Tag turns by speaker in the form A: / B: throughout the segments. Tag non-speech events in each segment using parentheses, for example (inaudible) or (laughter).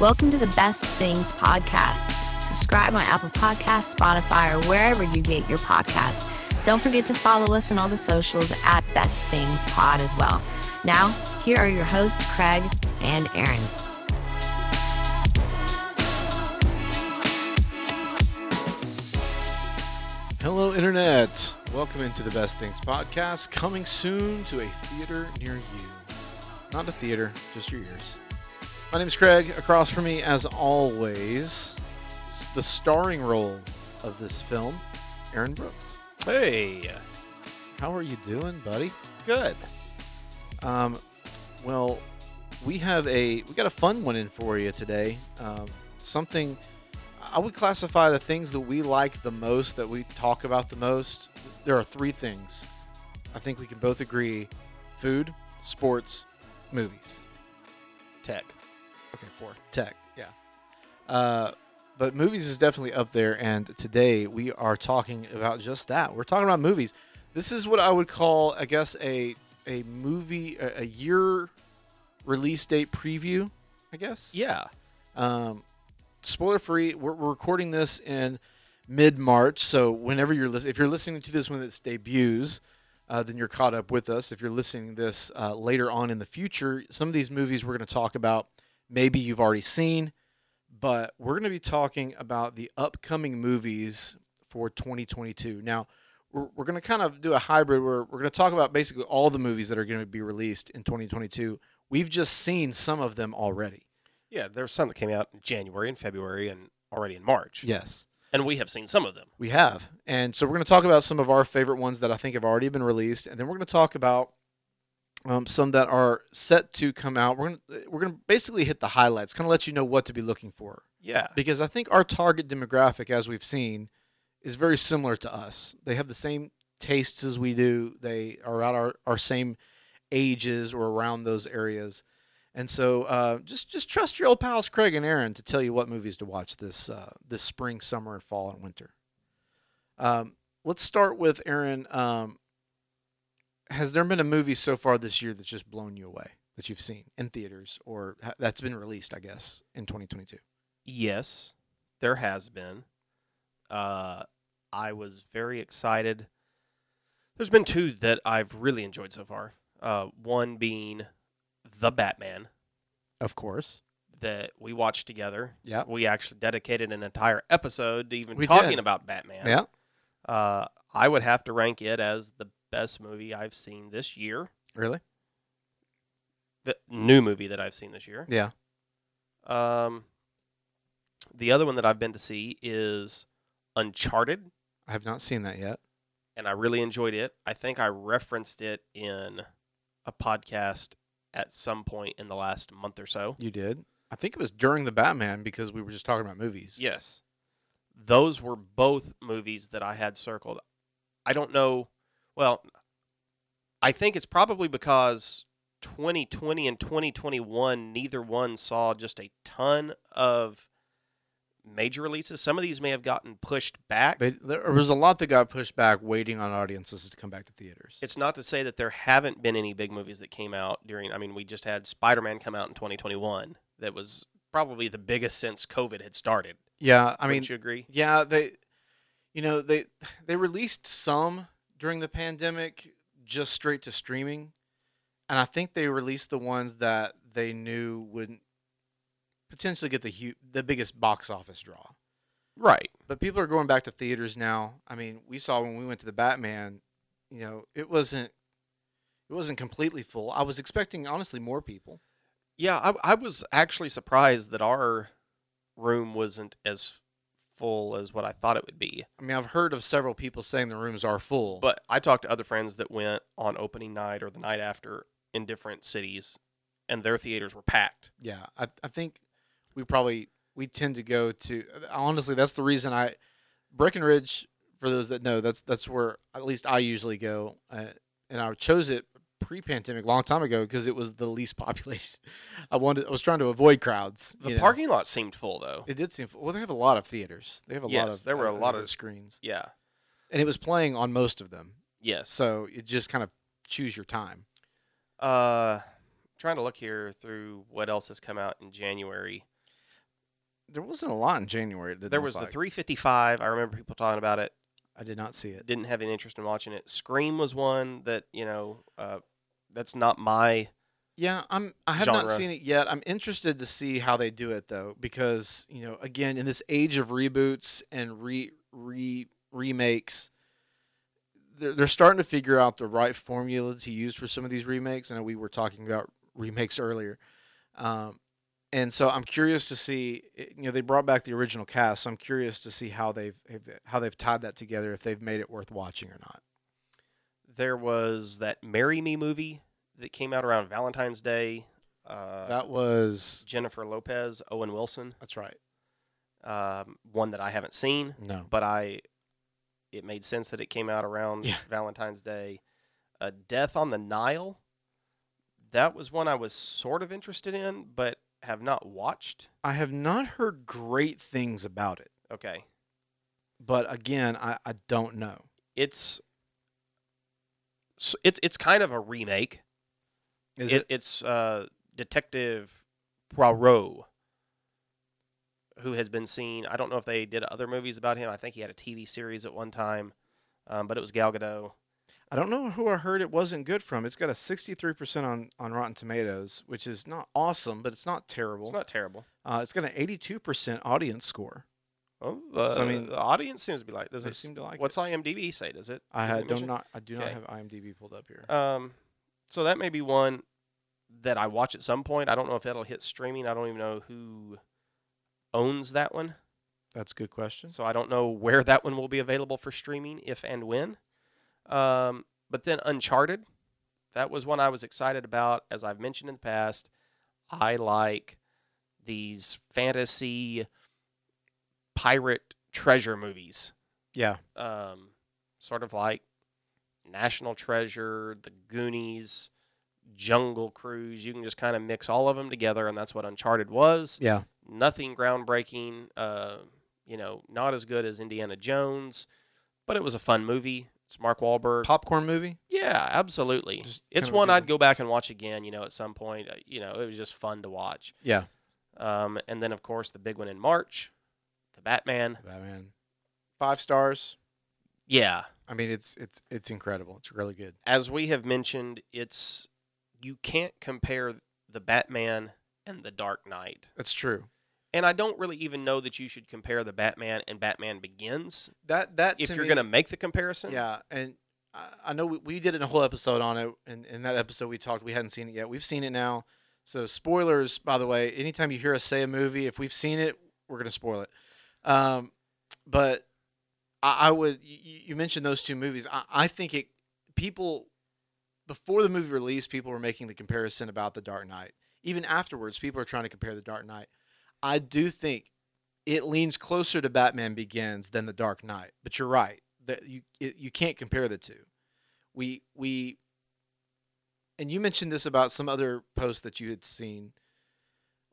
A: Welcome to the Best Things Podcast. Subscribe on Apple Podcasts, Spotify, or wherever you get your podcast. Don't forget to follow us on all the socials at Best Things Pod as well. Now, here are your hosts, Craig and Aaron.
B: Hello, Internet. Welcome into the Best Things podcast, coming soon to a theater near you. Not a theater, just your ears. My name's Craig. Across from me, as always, is the starring role of this film, Aaron Brooks.
C: Hey,
B: How are you doing, buddy? Good. Um, well, we have a we got a fun one in for you today. Um, something I would classify the things that we like the most, that we talk about the most. There are three things. I think we can both agree: food, sports, movies,
C: tech. Okay, four.
B: tech. Yeah. Uh, but movies is definitely up there, and today we are talking about just that. We're talking about movies. This is what I would call, I guess, a a movie a, a year release date preview. I guess.
C: Yeah,
B: Um, spoiler free. We're, we're recording this in mid March, so whenever you're listening, if you're listening to this when this debuts, uh, then you're caught up with us. If you're listening to this uh, later on in the future, some of these movies we're going to talk about, maybe you've already seen, but we're going to be talking about the upcoming movies for 2022. Now. We're, we're going to kind of do a hybrid where we're going to talk about basically all the movies that are going to be released in 2022. We've just seen some of them already.
C: yeah. There were some that came out in January and February and already in March.
B: Yes.
C: and we have seen some of them.
B: We have. And so we're going to talk about some of our favorite ones that I think have already been released. And then we're going to talk about um, some that are set to come out. We're going to, we're going to basically hit the highlights, kind of let you know what to be looking for.
C: Yeah,
B: Because I think our target demographic, as we've seen, is very similar to us. They have the same tastes as we do, they are at our, our same ages or around those areas. And so, uh, just just trust your old pals Craig and Aaron to tell you what movies to watch this uh, this spring, summer, and fall and winter. Um, let's start with Aaron. Um, has there been a movie so far this year that's just blown you away that you've seen in theaters or ha- that's been released, I guess, in 2022?
C: yes, there has been. Uh, I was very excited. There's been two that I've really enjoyed so far. Uh, one being the Batman
B: Of course.
C: that we watched together.
B: Yeah.
C: we actually dedicated an entire episode to even
B: We
C: talking
B: did.
C: about Batman.
B: Yeah.
C: Uh, I would have to rank it as the best movie I've seen this year.
B: Really?
C: The new movie that I've seen this year.
B: Yeah.
C: Um, the other one that I've been to see is Uncharted,
B: I have not seen that yet.
C: and I really enjoyed it. I think I referenced it in a podcast at some point in the last month or so.
B: You did? I think it was during the Batman because we were just talking about movies.
C: Yes. Those were both movies that I had circled. I don't know. Well, I think it's probably because 2020 and 2021, neither one saw just a ton of major releases. Some of these may have gotten pushed back.
B: But there was a lot that got pushed back waiting on audiences to come back to theaters.
C: it's not to say that there haven't been any big movies that came out during. I mean, we just had Spider Man come out in 2021. That was probably the biggest since COVID had started.
B: yeah, I mean
C: Wouldn't you agree?
B: Yeah, they, you know, they they released some during the pandemic just straight to streaming, and I think they released the ones that they knew wouldn't potentially get the hu- the biggest box office draw.
C: Right.
B: But people are going back to theaters now. I mean, we saw when we went to the Batman, you know, it wasn't it wasn't completely full. I was expecting honestly more people.
C: Yeah, I, I was actually surprised that our room wasn't as full as what I thought it would be.
B: I mean, I've heard of several people saying the rooms are full.
C: But I talked to other friends that went on opening night or the night after in different cities, and their theaters were packed.
B: Yeah, I, I think we probably we tend to go to honestly that's the reason I Breckenridge for those that know that's that's where at least I usually go uh, and I chose it pre-pandemic long time ago because it was the least populated. (laughs) I wanted I was trying to avoid crowds.
C: The
B: you know.
C: parking lot seemed full, though.
B: it did seem well they have a lot of theaters. They have a lot
C: Yes,
B: of
C: there were a
B: uh,
C: lot
B: number
C: of-
B: screens.
C: Yeah.
B: And it was playing on most of them.
C: Yes.
B: So it just kind of choose your time.
C: Uh, trying to look here through what else has come out in January.
B: There wasn't a lot in January. that
C: There
B: looked
C: was the
B: like.
C: 355. I remember people talking about it.
B: I did not see it.
C: Didn't have any interest in watching it. Scream was one that you know. Uh, that's not my.
B: Yeah, I'm. I have not
C: Genre.
B: seen it yet. I'm interested to see how they do it though, because you know, again, in this age of reboots and re re remakes, they're, they're starting to figure out the right formula to use for some of these remakes. I know we were talking about remakes earlier, um, and so I'm curious to see. it- You know, they brought back the original cast, so I'm curious to see how they've how they've tied that together, if they've made it worth watching or not.
C: There was that "Marry Me" movie that came out around Valentine's Day. Uh,
B: That was
C: Jennifer Lopez, Owen Wilson.
B: that's right.
C: Um, one that I haven't seen.
B: No,
C: but I it made sense that it came out around
B: Yeah.
C: Valentine's Day. Uh, Death on the Nile. That was one I was sort of interested in, but have not watched.
B: I have not heard great things about it.
C: Okay.
B: but again, I, I don't know.
C: It's s- it's it's kind of a remake.
B: Is
C: It- It's uh, Detective Poirot, who has been seen. I don't know if they did other movies about him. I think he had a TV series at one time, um, but it was Gal Gadot.
B: I don't know who I heard it wasn't good from. It's got a 63% on, on Rotten Tomatoes, which is not awesome, but it's not terrible.
C: It's not terrible.
B: uh, it's got an 82% audience score.
C: Well, the,
B: So, I mean-
C: the audience seems to be like. Does
B: They
C: it
B: seem to like
C: What's IMDb say? Does it?
B: I
C: does
B: ha-
C: it
B: don't
C: mention-
B: not I do not
C: Okay.
B: have IMDb pulled up here.
C: Um, so that may be one that I watch at some point. I don't know if that'll hit streaming. I don't even know who owns that one,
B: That's a good question.
C: so I don't know where that one will be available for streaming, if and when. Um, but then Uncharted, that was one I was excited about. As I've mentioned in the past, I like these fantasy pirate treasure movies.
B: Yeah.
C: um, sort of like National Treasure, The Goonies, Jungle Cruise. You can just kind of mix all of them together, and that's what Uncharted was.
B: Yeah.
C: Nothing groundbreaking. Uh, you know, not as good as Indiana Jones, but it was a fun movie. It's Mark Wahlberg.
B: Popcorn movie?
C: yeah, absolutely.
B: Just
C: It's
B: kinda
C: one I'd
B: different.
C: go back and watch again. You know, at some point. Uh, You know, it was just fun to watch.
B: Yeah.
C: Um, and then of course the big one in March, the Batman.
B: Batman. Five stars.
C: Yeah,
B: I mean, it's it's it's incredible. It's really good.
C: as we have mentioned, it's you can't compare the Batman and the Dark Knight.
B: That's true.
C: And I don't really even know that you should compare the Batman and Batman Begins
B: That that
C: if
B: to
C: you're
B: me-
C: going to make the comparison.
B: Yeah, and I, I know we, we did a whole episode on it, and in that episode we talked we hadn't seen it yet. We've seen it now, so spoilers. By the way, anytime you hear us say a movie, if we've seen it, we're gonna spoil it. Um, but I, I would you, you mentioned those two movies. I, I think it people before the movie release, people were making the comparison about the Dark Knight. Even afterwards, people are trying to compare the Dark Knight. I do think it leans closer to Batman Begins than The Dark Knight. But you're right that you it, you can't compare the two. We we and you mentioned this about some other post that you had seen.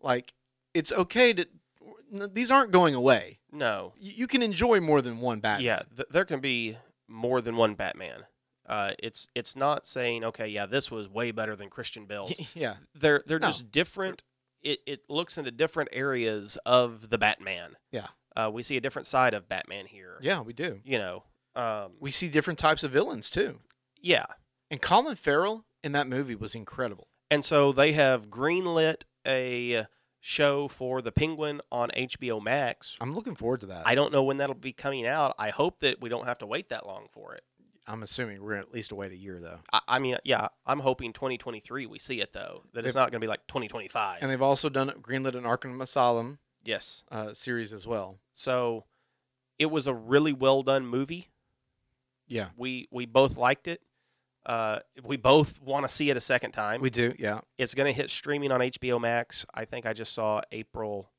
B: Like it's okay to n- these aren't going away.
C: No.
B: You, you can enjoy more than one Batman.
C: Yeah, th- there can be more than one Batman. Uh, it's it's not saying okay, yeah, this was way better than Christian Bale's.
B: (laughs) (laughs) yeah.
C: they're they're
B: No.
C: just different. It, it looks into different areas of the Batman.
B: Yeah.
C: Uh, we see a different side of Batman here.
B: Yeah, we do.
C: You know. Um,
B: We see different types of villains too.
C: yeah.
B: And Colin Farrell in that movie was incredible.
C: And so they have greenlit a show for the Penguin on HBO Max.
B: I'm looking forward to that.
C: I don't know when that'll be coming out. I hope that we don't have to wait that long for it.
B: I'm assuming we're at least wait a year though.
C: I, I mean, yeah, I'm hoping 2023 we see it though. That it's
B: They've-
C: not going to be like 2025.
B: And they've also done greenlit an Arkham Asylum
C: yes.
B: uh, series as well.
C: So it was a really well done movie.
B: Yeah,
C: We we both liked it. Uh, we both want to see it a second time.
B: we do. Yeah,
C: it's going to hit streaming on HBO Max. I think I just saw April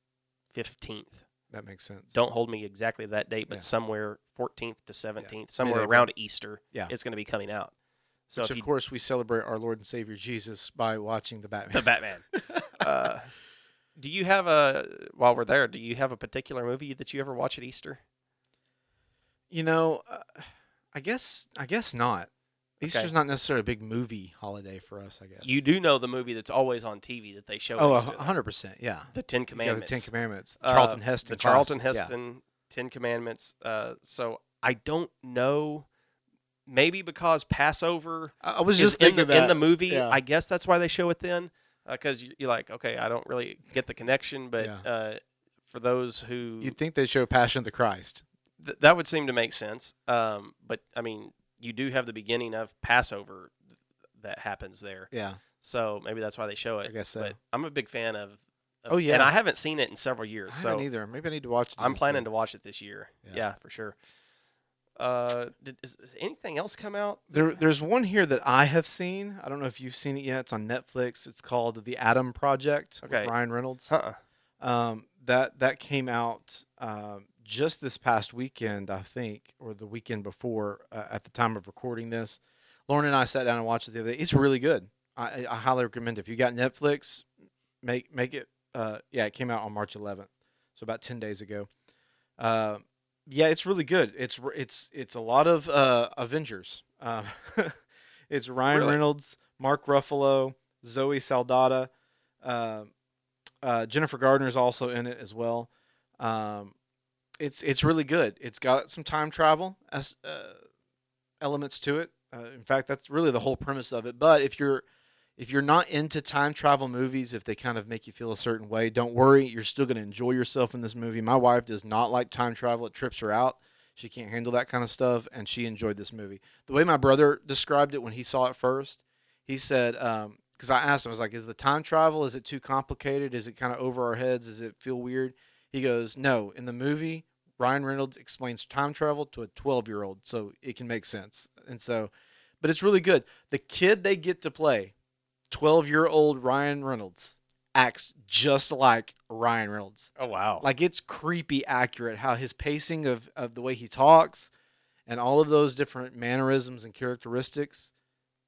C: 15th.
B: that makes sense.
C: don't hold me exactly to that date, but
B: Yeah.
C: somewhere 14th to 17th, somewhere
B: Mid-April.
C: around Easter,
B: Yeah.
C: it's going to be coming out. So
B: Which
C: if
B: of
C: you,
B: course we celebrate our Lord and Savior Jesus by watching the Batman.
C: (laughs) the Batman. uh, do you have a while we're there? Do you have a particular movie that you ever watch at Easter?
B: you know, uh, I guess I guess not. Easter's not necessarily a big movie holiday for us, I guess.
C: You do know the movie that's always on TV that they show.
B: Oh,
C: at Easter, though.
B: 100%. Yeah.
C: the Ten
B: Yeah, the
C: Commandments.
B: Ten Commandments.
C: Uh,
B: Charlton Heston.
C: The Charlton
B: classic, yeah.
C: Heston Ten Commandments. Uh, so I don't know. Maybe because Passover
B: I I was
C: is
B: just
C: in
B: thinking
C: the,
B: that.
C: in the movie,
B: Yeah.
C: I guess that's why they show it then. Because you you're like, okay, I don't really get the connection, but
B: Yeah.
C: uh, for those who
B: You'd think they show Passion of the Christ.
C: th- that would seem to make sense. Um, but I mean, you do have the beginning of Passover th- that happens there,
B: Yeah.
C: so maybe that's why they show it.
B: I guess so.
C: But I'm a big fan of. of-
B: Oh, yeah.
C: and I haven't seen it in several years,
B: I
C: so
B: haven't either. Maybe I need to watch
C: I'm planning to watch it this year.
B: Yeah.
C: Yeah, for sure. Uh, did, is, is anything else come out?
B: There, there's one here that I have seen. I don't know if you've seen it yet. It's on Netflix. It's called The Atom Project with
C: Okay.
B: Ryan Reynolds.
C: Uh-uh.
B: Um, that that came out um, just this past weekend, I think, or the weekend before. Uh, at the time of recording this, Lauren and I sat down and watched it the other day. It's really good. I, I- I highly recommend it. If you got Netflix, make make it. Uh, yeah, it came out on March 11th, so about 10 days ago. Uh, yeah, it's really good. It's r- it's it's a lot of uh, Avengers. Um, (laughs) it's Ryan
C: Really?
B: Reynolds, Mark Ruffalo, Zoe Saldana, uh, uh, Jennifer Gardner is also in it as well. Um, it's it's really good. It's got some time travel as, uh, elements to it. Uh, in fact, that's really the whole premise of it. But if you're if you're not into time travel movies, if they kind of make you feel a certain way, don't worry. You're still going to enjoy yourself in this movie. My wife does not like time travel; it trips her out. She can't handle that kind of stuff, and she enjoyed this movie. The way my brother described it when he saw it first, he said, because I asked him, I was like, "Is the time travel? Is it too complicated? Is it kind of over our heads? Does it feel weird?" He goes, "No. In the movie, Ryan Reynolds explains time travel to a 12 year old, so it can make sense. And so, but it's really good. The kid they get to play, 12 year old Ryan Reynolds, acts just like Ryan Reynolds.
C: Oh wow!
B: Like it's creepy accurate how his pacing of, of the way he talks and all of those different mannerisms and characteristics.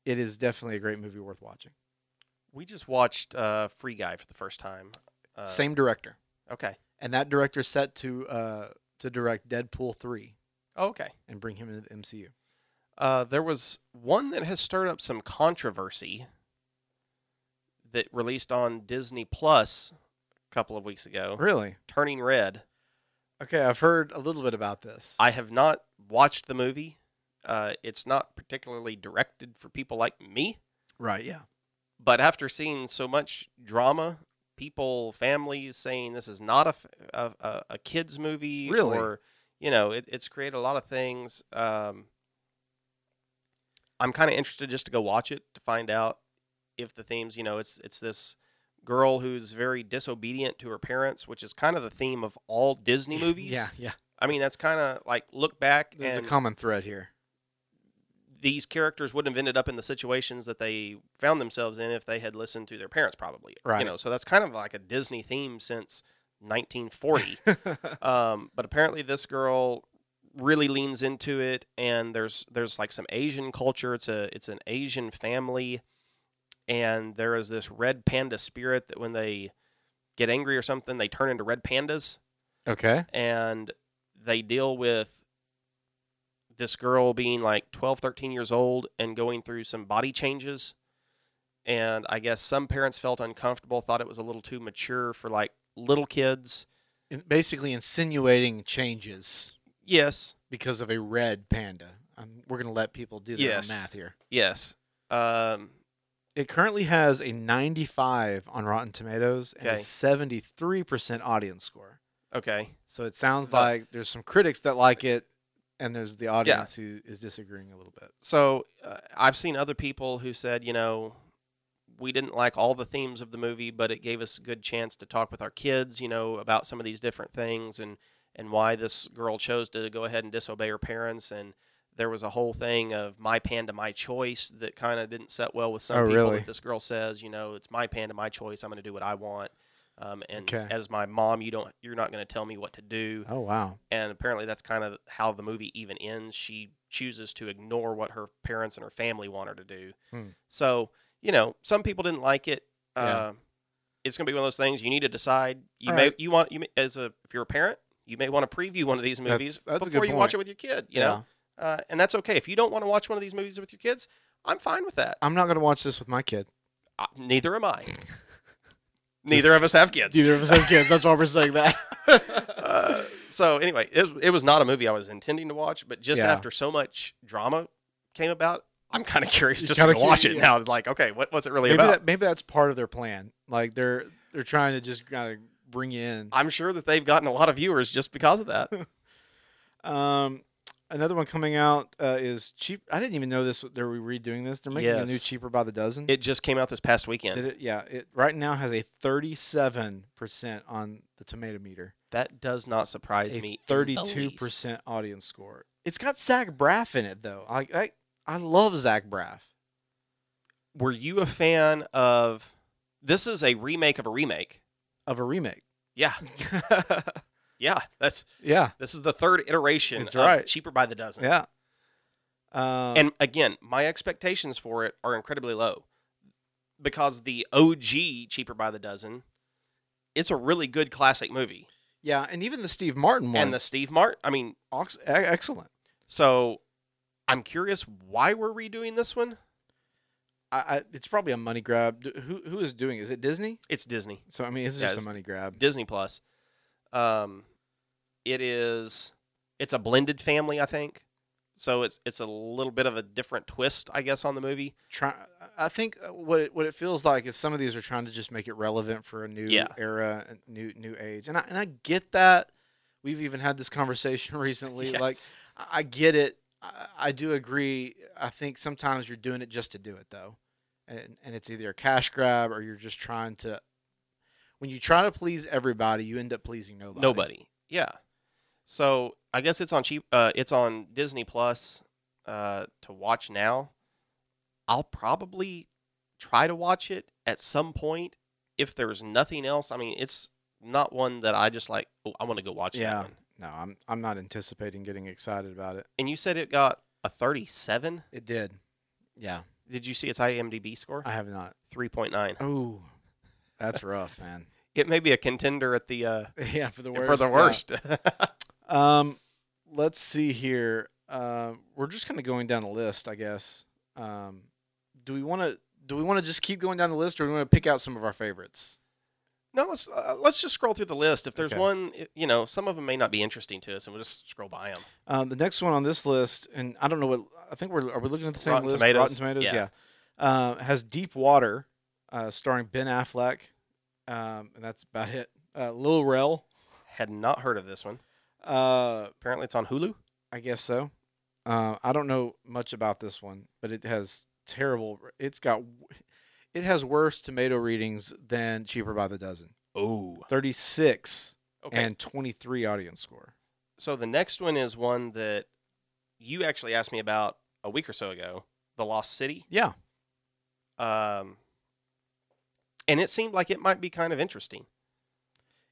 B: It is definitely a great movie worth watching.
C: we just watched uh, Free Guy for the first time. Uh,
B: Same director.
C: Okay.
B: And that director is set to uh, to direct Deadpool 3
C: Oh, okay.
B: and bring him into the MCU.
C: Uh, there was one that has stirred up some controversy that released on Disney Plus a couple of weeks ago.
B: Really?
C: Turning Red.
B: Okay, I've heard a little bit about this.
C: I have not watched the movie. Uh, it's not particularly directed for people like me,
B: right, yeah.
C: but after seeing so much drama, people, families saying this is not a f- a, a, a kids movie,
B: Really?
C: or you know, it, it's created a lot of things. Um, I'm kind of interested just to go watch it to find out if the themes, you know, it's it's this girl who's very disobedient to her parents, which is kind of the theme of all Disney
B: (laughs)
C: movies.
B: Yeah, yeah.
C: I mean, that's kind of like look back
B: There's
C: and
B: a common thread (laughs) here.
C: these characters would have ended up in the situations that they found themselves in if they had listened to their parents, probably.
B: Right.
C: You know, so that's kind of like a Disney theme since 1940. um, but apparently, this girl really leans into it, and there's there's like some Asian culture. It's a it's an Asian family, and there is this red panda spirit that when they get angry or something, they turn into red pandas
B: okay.
C: and they deal with this girl being like 12 13 years old and going through some body changes and i guess some parents felt uncomfortable thought it was a little too mature for like little kids
B: In- Basically, insinuating changes
C: yes
B: because of a red panda. Um, we're going to let people do their own
C: Yes.
B: math here.
C: yes um,
B: It currently has a 95 on Rotten Tomatoes and a
C: Okay.
B: 73% audience score.
C: okay
B: So it sounds
C: But-
B: like there's some critics that like it, and there's the audience who is disagreeing a little bit.
C: so uh, I've seen other people who said, you know, we didn't like all the themes of the movie, but it gave us a good chance to talk with our kids, you know, about some of these different things and and why this girl chose to go ahead and disobey her parents and there was a whole thing of my panda my choice that kind of didn't set well with some
B: Oh,
C: people
B: really?
C: that this girl says you know it's my panda my choice i'm going to do what i want um, and
B: Okay.
C: as my mom you don't you're not going to tell me what to do
B: Oh, wow.
C: and apparently that's kind of how the movie even ends. She chooses to ignore what her parents and her family want her to do.
B: Hmm.
C: So you know, some people didn't like it.
B: Yeah.
C: Uh, it's gonna be one of those things you need to decide. You
B: All
C: may
B: right.
C: you want you may, as a if you're a parent, you may want to preview one of these movies
B: That's- that's a good
C: before you watch
B: point.
C: it with your kid. You know, uh, and that's okay. If you don't want to watch one of these movies with your kids, I'm fine with that.
B: I'm not going to watch this with my kid.
C: Uh, neither
B: (laughs)
C: am I. neither of us have kids.
B: Neither of us have kids. That's why we're saying
C: (laughs)
B: that. (laughs)
C: Uh, so anyway, it, was- it was not a movie I was intending to watch, but just
B: Yeah.
C: after so much drama came about, I'm kind of curious
B: You're
C: just
B: kinda
C: to watch
B: curious,
C: it
B: yeah.
C: now. It's like, okay, what, what's it really
B: maybe
C: about?
B: that, maybe that's part of their plan. Like they're they're trying to just kind of bring in.
C: I'm sure that they've gotten a lot of viewers just because
B: (laughs)
C: of that.
B: Um, another one coming out uh, is cheap. I didn't even know this. They were redoing this. They're making a new
C: Yes.
B: cheaper by the dozen.
C: it just came out this past weekend.
B: Did it- yeah, it right now has a 37% on the tomato meter,
C: That does not surprise me.
B: a
C: in the
B: 32% audience score. It's got Zach Braff in it though. I I, I love Zach Braff.
C: least. Were you a fan of? This is a remake of a remake.
B: of a
C: (laughs)
B: remake.
C: Yeah, yeah. That's
B: yeah,
C: this is the third iteration.
B: That's
C: of
B: right.
C: Cheaper by the dozen.
B: yeah. Um,
C: Uh, And again, my expectations for it are incredibly low because the OG Cheaper by the Dozen, it's a really good classic movie,
B: yeah, and even the Steve Martin one,
C: and the Steve Mart. I mean,
B: ox- e- excellent.
C: so I'm curious why we're redoing this one.
B: I, I, it's probably a money grab. D- Who who is doing? it? Is it Disney?
C: It's Disney.
B: So I mean, it's
C: Yeah,
B: just a
C: it's
B: money grab.
C: Disney Plus. Um, it is it's a blended family, I think. So it's it's a little bit of a different twist, I guess, on the movie.
B: Try, I think uh, what it, what it feels like is some of these are trying to just make it relevant for a new
C: Yeah.
B: era, a new new age, and I and I get that. We've even had this (laughs) conversation recently.
C: Yeah.
B: Like, I I get it. I, I do agree. I think sometimes you're doing it just to do it though, and and it's either a cash grab or you're just trying to. When you try to please everybody, you end up pleasing nobody.
C: Nobody. Yeah. So I guess it's on cheap. Uh, it's on Disney Plus uh, to watch now. I'll probably try to watch it at some point if there's nothing else. I mean, it's not one that I just like. Oh, I want to go watch
B: Yeah.
C: that one.
B: No, I'm I'm not anticipating getting excited about it.
C: And you said it got a 37.
B: It did. Yeah,
C: Did you see its IMDb score?
B: I have not.
C: 3.9.
B: Oh, that's rough, man.
C: It may be a contender at the uh,
B: (laughs) Yeah, for the worst.
C: for the
B: yeah.
C: worst. (laughs)
B: Um, let's see here. Um, we're just kind of going down a list, I guess. Um, do we want to? Do we want to just keep going down the list, or do we want to pick out some of our favorites?
C: no, let's uh, let's just scroll through the list. If there's
B: Okay.
C: one, i- you know, some of them may not be interesting to us, and we'll just scroll by them.
B: Um, the next one on this list, and I don't know what I think we're are we looking at the same
C: Rotten
B: list?
C: Tomatoes?
B: Rotten Tomatoes, yeah.
C: Yeah.
B: Uh, has Deep Water, uh, starring Ben Affleck, um, and that's about it. Uh, Lil Rel,
C: Had not heard of this one.
B: uh,
C: Apparently, it's on Hulu.
B: I guess so. Uh, I don't know much about this one, but it has terrible. It's got, it has worse tomato readings than Cheaper by the Dozen.
C: Oh,
B: Thirty six
C: okay.
B: and twenty three audience score.
C: so the next one is one that you actually asked me about a week or so ago. The Lost City.
B: Yeah,
C: Um, and it seemed like it might be kind of interesting.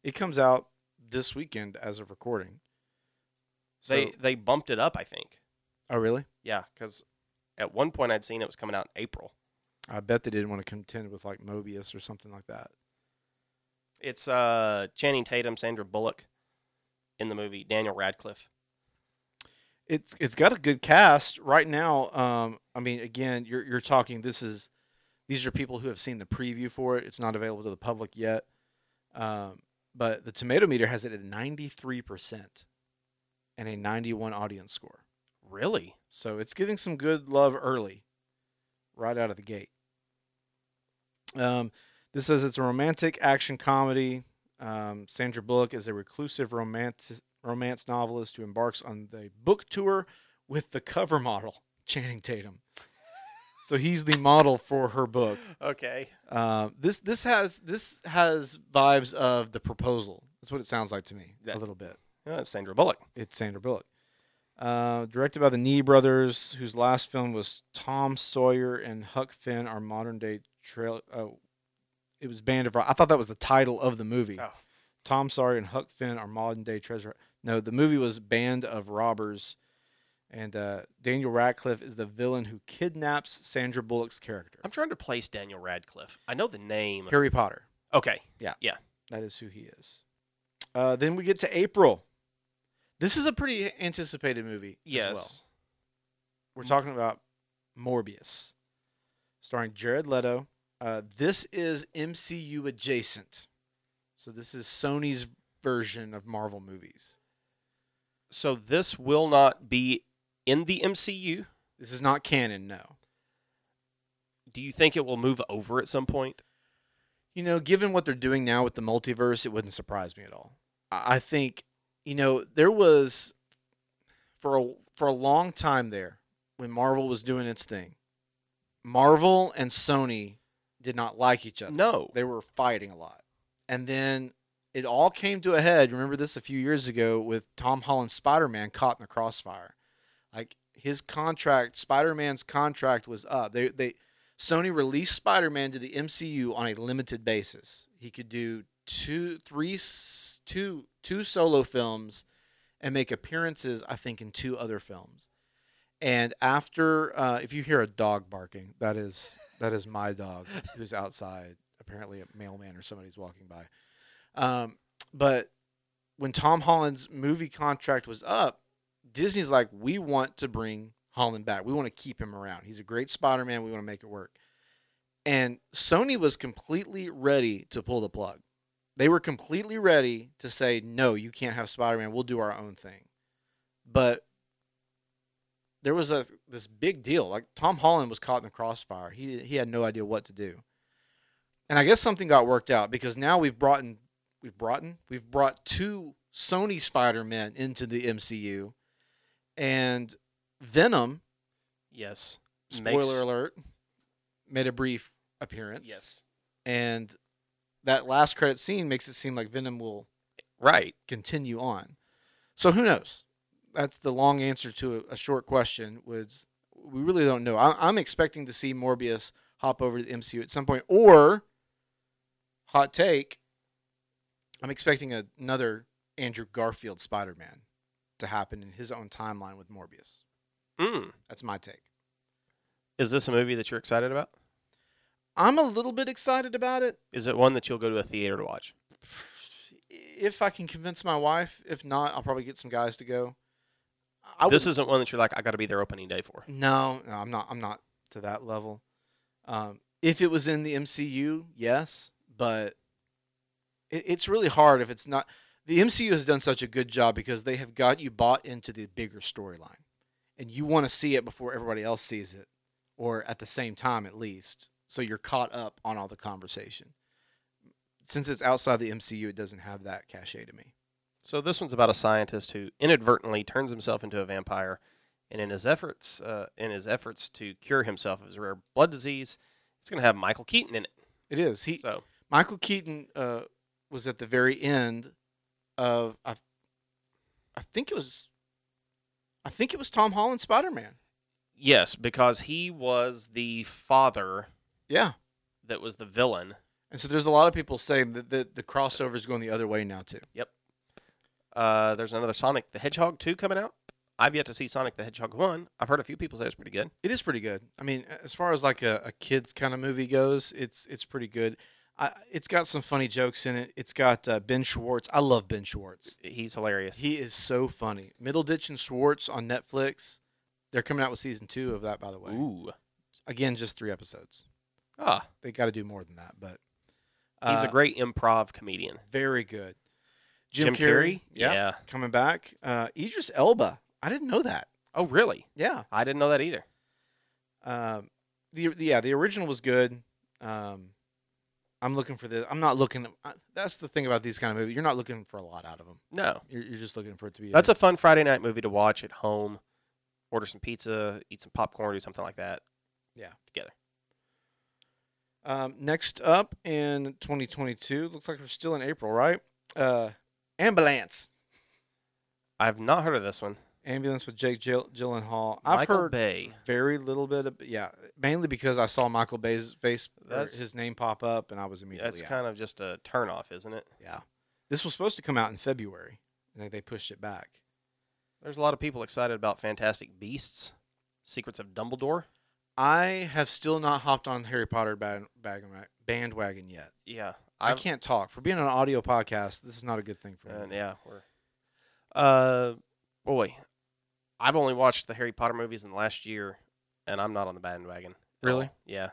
B: it comes out this weekend as of recording. So,
C: they they bumped it up, I think.
B: oh really?
C: Yeah, because at one point I'd seen it was coming out in April.
B: I bet they didn't want to contend with like Mobius or something like that.
C: It's uh Channing Tatum, Sandra Bullock in the movie, Daniel Radcliffe.
B: It's it's got a good cast right now. Um, I mean, again, you're you're talking. This is these are people who have seen the preview for it. It's not available to the public yet. Um, but the tomato meter has it at 93% and a 91 audience score.
C: Really?
B: So it's getting some good love early, right out of the gate. Um, this says it's a romantic action comedy. Um, Sandra Bullock is a reclusive romance romance novelist who embarks on the book tour with the cover model (laughs) Channing Tatum. so he's the model for her book.
C: Okay.
B: Um, this this has this has vibes of the proposal. That's what it sounds like to me a
C: That-
B: little bit.
C: Yeah, that's Uh, Sandra Bullock.
B: It's Sandra Bullock. Uh, directed by the Nee brothers, whose last film was Tom Sawyer and Huck Finn, our modern day trail. Oh, it was Band of Rock. I thought that was the title of the movie.
C: Oh.
B: Tom Sawyer and Huck Finn, our modern day treasure. No, the movie was Band of Robbers, and uh, Daniel Radcliffe is the villain who kidnaps Sandra Bullock's character.
C: I'm trying to place Daniel Radcliffe. I know the name.
B: Harry Potter.
C: Okay.
B: That is who he is. Uh, then we get to April. This is a pretty anticipated movie. As well.
C: Yes.
B: We're talking about Morbius, starring Jared Leto. Uh, this is MCU adjacent, so this is Sony's version of Marvel movies.
C: So this will not be in the MCU.
B: This is not canon, no.
C: Do you think it will move over at some point?
B: You know, given what they're doing now with the multiverse, it wouldn't surprise me at all. I I think, you know, there was for a for a long time there when Marvel was doing its thing. Marvel and Sony did not like each other.
C: No.
B: They were fighting a lot. And then it all came to a head. Remember this a few years ago with Tom Holland's Spider Man caught in the crossfire. Like his contract, Spider Man's contract was up. They they Sony released Spider Man to the MCU on a limited basis. He could do two, three, s- two, two solo films and make appearances, I think, in two other films. And after, uh, if you hear a dog barking, that is that is my dog who's outside. Apparently, a mailman or somebody's walking by. Um, but when Tom Holland's movie contract was up, Disney's like, we want to bring Holland back. We want to keep him around. He's a great Spider Man. We want to make it work. And Sony was completely ready to pull the plug. They were completely ready to say, no, you can't have Spider Man. We'll do our own thing. But there was a this big deal. Like Tom Holland was caught in the crossfire. He he had no idea what to do. And I guess something got worked out because now we've brought in we've brought in we've brought two Sony Spider-Men into the MCU and Venom,
C: Yes.
B: spoiler
C: Makes-
B: alert, made a brief appearance.
C: Yes.
B: And that last credit scene makes it seem like Venom will
C: Right.
B: continue on. So who knows? That's the long answer to a, a short question. Was we really don't know. I, I'm expecting to see Morbius hop over to the MCU at some point, or hot take. I'm expecting a- another Andrew Garfield Spider-Man to happen in his own timeline with Morbius.
C: Mm.
B: That's my take.
C: Is this a movie that you're excited about?
B: I'm a little bit excited about it.
C: Is it one that you'll go to a theater to watch?
B: If I can convince my wife, if not, I'll probably get some guys to go. I
C: this isn't one that you're like, I got to be there opening day for.
B: No, no, I'm not. I'm not to that level. Um, if it was in the MCU, yes, but it, it's really hard if it's not. The MCU has done such a good job because they have got you bought into the bigger storyline, and you want to see it before everybody else sees it, or at the same time at least, so you're caught up on all the conversation. Since it's outside the MCU, it doesn't have that cachet to me.
C: So this one's about a scientist who inadvertently turns himself into a vampire, and in his efforts, uh, in his efforts to cure himself of his rare blood disease, it's going to have Michael Keaton in it.
B: It is he.
C: So
B: Michael Keaton uh, was at the very end of I, I think it was I think it was Tom Holland Spider Man.
C: yes, because he was the father
B: Yeah.
C: that was the villain.
B: And so there's a lot of people saying that the, the crossover is going the other way now too.
C: Uh, there's another Sonic the Hedgehog two coming out. I've yet to see Sonic the Hedgehog one. I've heard a few people say it's pretty good.
B: It is pretty good. I mean, as far as like a, a kids kind of movie goes, it's it's pretty good. I, it's got some funny jokes in it. It's got uh, Ben Schwartz. I love Ben Schwartz.
C: He's hilarious.
B: He is so funny. Middle Ditch and Schwartz on Netflix. They're coming out with season two of that, by the way.
C: Ooh,
B: Again, just three episodes.
C: ah,
B: they got to do more than that. But
C: he's a
B: uh,
C: great improv comedian.
B: very good.
C: Yeah.
B: yeah, coming back. Uh, Idris Elba, I didn't know that.
C: Oh, really?
B: Yeah,
C: I didn't know that either.
B: um, the, the yeah the original was good. Um, I'm looking for the. I'm not looking. I, that's the thing about these kind of movies. You're not looking for a lot out of them.
C: No.
B: You're, you're just looking for it to be.
C: That's a fun Friday night movie to watch at home. Order some pizza, eat some popcorn, do something like that.
B: Yeah.
C: Together.
B: um, next up in 2022. Looks like we're still in April, right? Uh, ambulance,
C: I've not heard of this one.
B: ambulance with Jake Jill- Gyllenhaal. I've
C: Michael
B: heard
C: Bay.
B: very little bit of yeah, mainly because I saw Michael Bay's face, or
C: That's-
B: his name pop up, and I was immediately
C: That's
B: out.
C: kind of just a turnoff, isn't it?
B: yeah. This was supposed to come out in February, and they- they pushed it back.
C: There's a lot of people excited about Fantastic Beasts, Secrets of Dumbledore.
B: I have still not hopped on Harry Potter bag- bag- bandwagon yet.
C: Yeah,
B: I've, I
C: I've- uh,
B: can not talk for being an audio podcast. This is not a good thing for me.
C: And yeah, we're. Uh, boy, I've only watched the Harry Potter movies in the last year, and I'm not on the bandwagon. at
B: Really?
C: all. Yeah.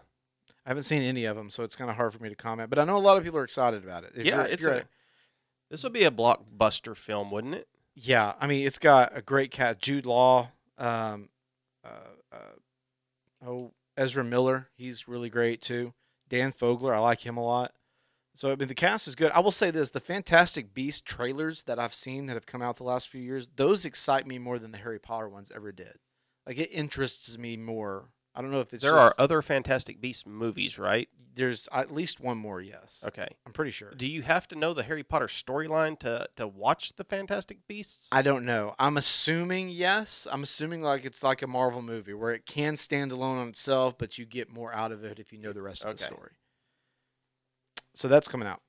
B: I haven't seen any of them, so it's kind of hard for me to comment. But I know a lot of people are excited about it. If
C: yeah.
B: you're- if
C: It's
B: you're
C: a, this would be a blockbuster film, wouldn't it?
B: yeah. I mean, it's got a great cat, Jude Law. Um, uh, uh, oh, Ezra Miller, he's really great too. Dan Fogler, I like him a lot. So I mean, the cast is good. I will say this: the Fantastic Beast trailers that I've seen that have come out the last few years, those excite me more than the Harry Potter ones ever did. Like it interests me more. I don't know if it's
C: there
B: just-
C: are other Fantastic Beast movies, right?
B: there's at least one more. Yes,
C: Okay.
B: I'm pretty sure.
C: Do you have to know the Harry Potter storyline to to watch the Fantastic Beasts?
B: I don't know. I'm assuming yes. I'm assuming like it's like a Marvel movie where it can stand alone on itself, but you get more out of it if you know the rest of the
C: Okay.
B: story. So that's coming out.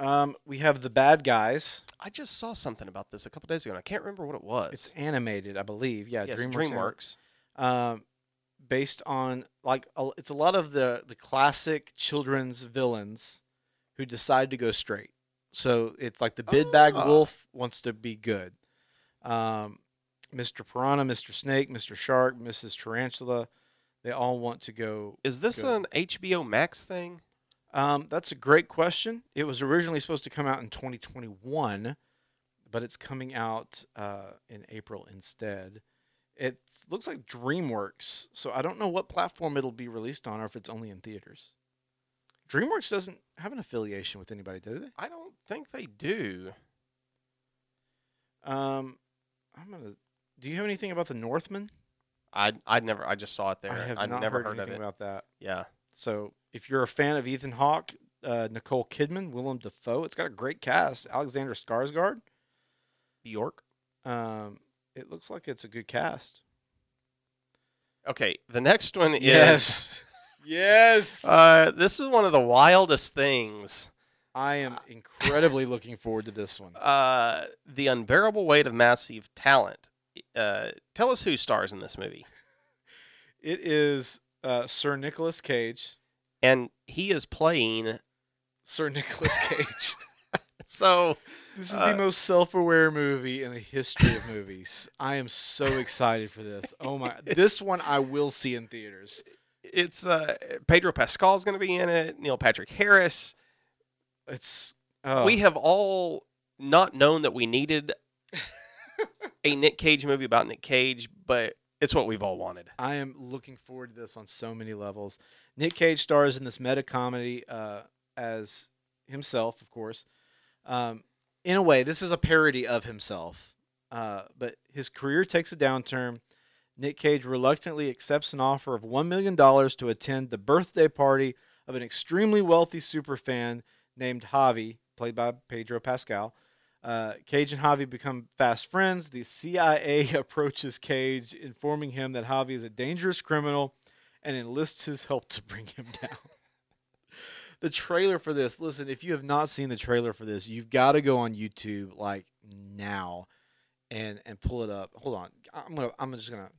B: Um, we have the bad guys.
C: I just saw something about this a couple days ago, and I can't remember what it was.
B: It's animated, I believe. Yeah,
C: Yes,
B: DreamWorks. anim-
C: DreamWorks.
B: Um, based on like a, it's a lot of the the classic children's villains who decide to go straight. So it's like the big bag
C: Ah.
B: wolf wants to be good. Um, Mr. Piranha, Mr. Snake, Mr. Shark, Mrs. Tarantula, they all want to go.
C: Is this
B: Good.
C: an HBO Max thing?
B: Um, that's a great question. It was originally supposed to come out in 2021, but it's coming out uh, in April instead. It looks like DreamWorks, so I don't know what platform it'll be released on or if it's only in theaters. DreamWorks doesn't have an affiliation with anybody, do they?
C: I don't think they do.
B: Um, I'm gonna. Do you have anything about the Northmen?
C: I I never. I just saw it there.
B: I have
C: I've
B: not
C: never
B: heard,
C: heard, of
B: anything
C: it.
B: about that.
C: yeah.
B: So if you're a fan of Ethan Hawke, uh, Nicole Kidman, Willem Dafoe, it's got a great cast. Alexander Skarsgård.
C: Bjork.
B: Um, it looks like it's a good cast.
C: Okay. The next one is.
B: (laughs) yes.
C: Uh, this is one of the wildest things.
B: I am incredibly looking forward to this one.
C: Uh, the unbearable weight of massive talent. Uh, tell us who stars in this movie.
B: It is uh, Sir Nicholas Cage.
C: And he is playing.
B: Sir Nicholas Cage.
C: So
B: (laughs) this is
C: Uh,
B: the most self-aware movie in the history of movies. I am so excited for this. Oh my! This one I will see in theaters.
C: it's uh, Pedro Pascal's going to be in it. Neil Patrick Harris.
B: It's uh,
C: We have all not known that we
B: (laughs)
C: needed a Nick Cage movie about Nick Cage, but it's what we've all wanted.
B: I am looking forward to this on so many levels. Nick Cage stars in this meta comedy uh, as himself, of course. Um, in a way, this is a parody of himself, uh, but his career takes a downturn. Nick Cage reluctantly accepts an offer of $1 million to attend the birthday party of an extremely wealthy superfan named Javi, played by Pedro Pascal. Uh, Cage and Javi become fast friends. The CIA (laughs) approaches Cage, informing him that Javi is a dangerous criminal and enlists his help to bring him (laughs) down. the trailer for this, listen, if you have not seen the trailer for this, you've got to go on YouTube like now and and pull it up. Hold on. I'm going to I'm just going to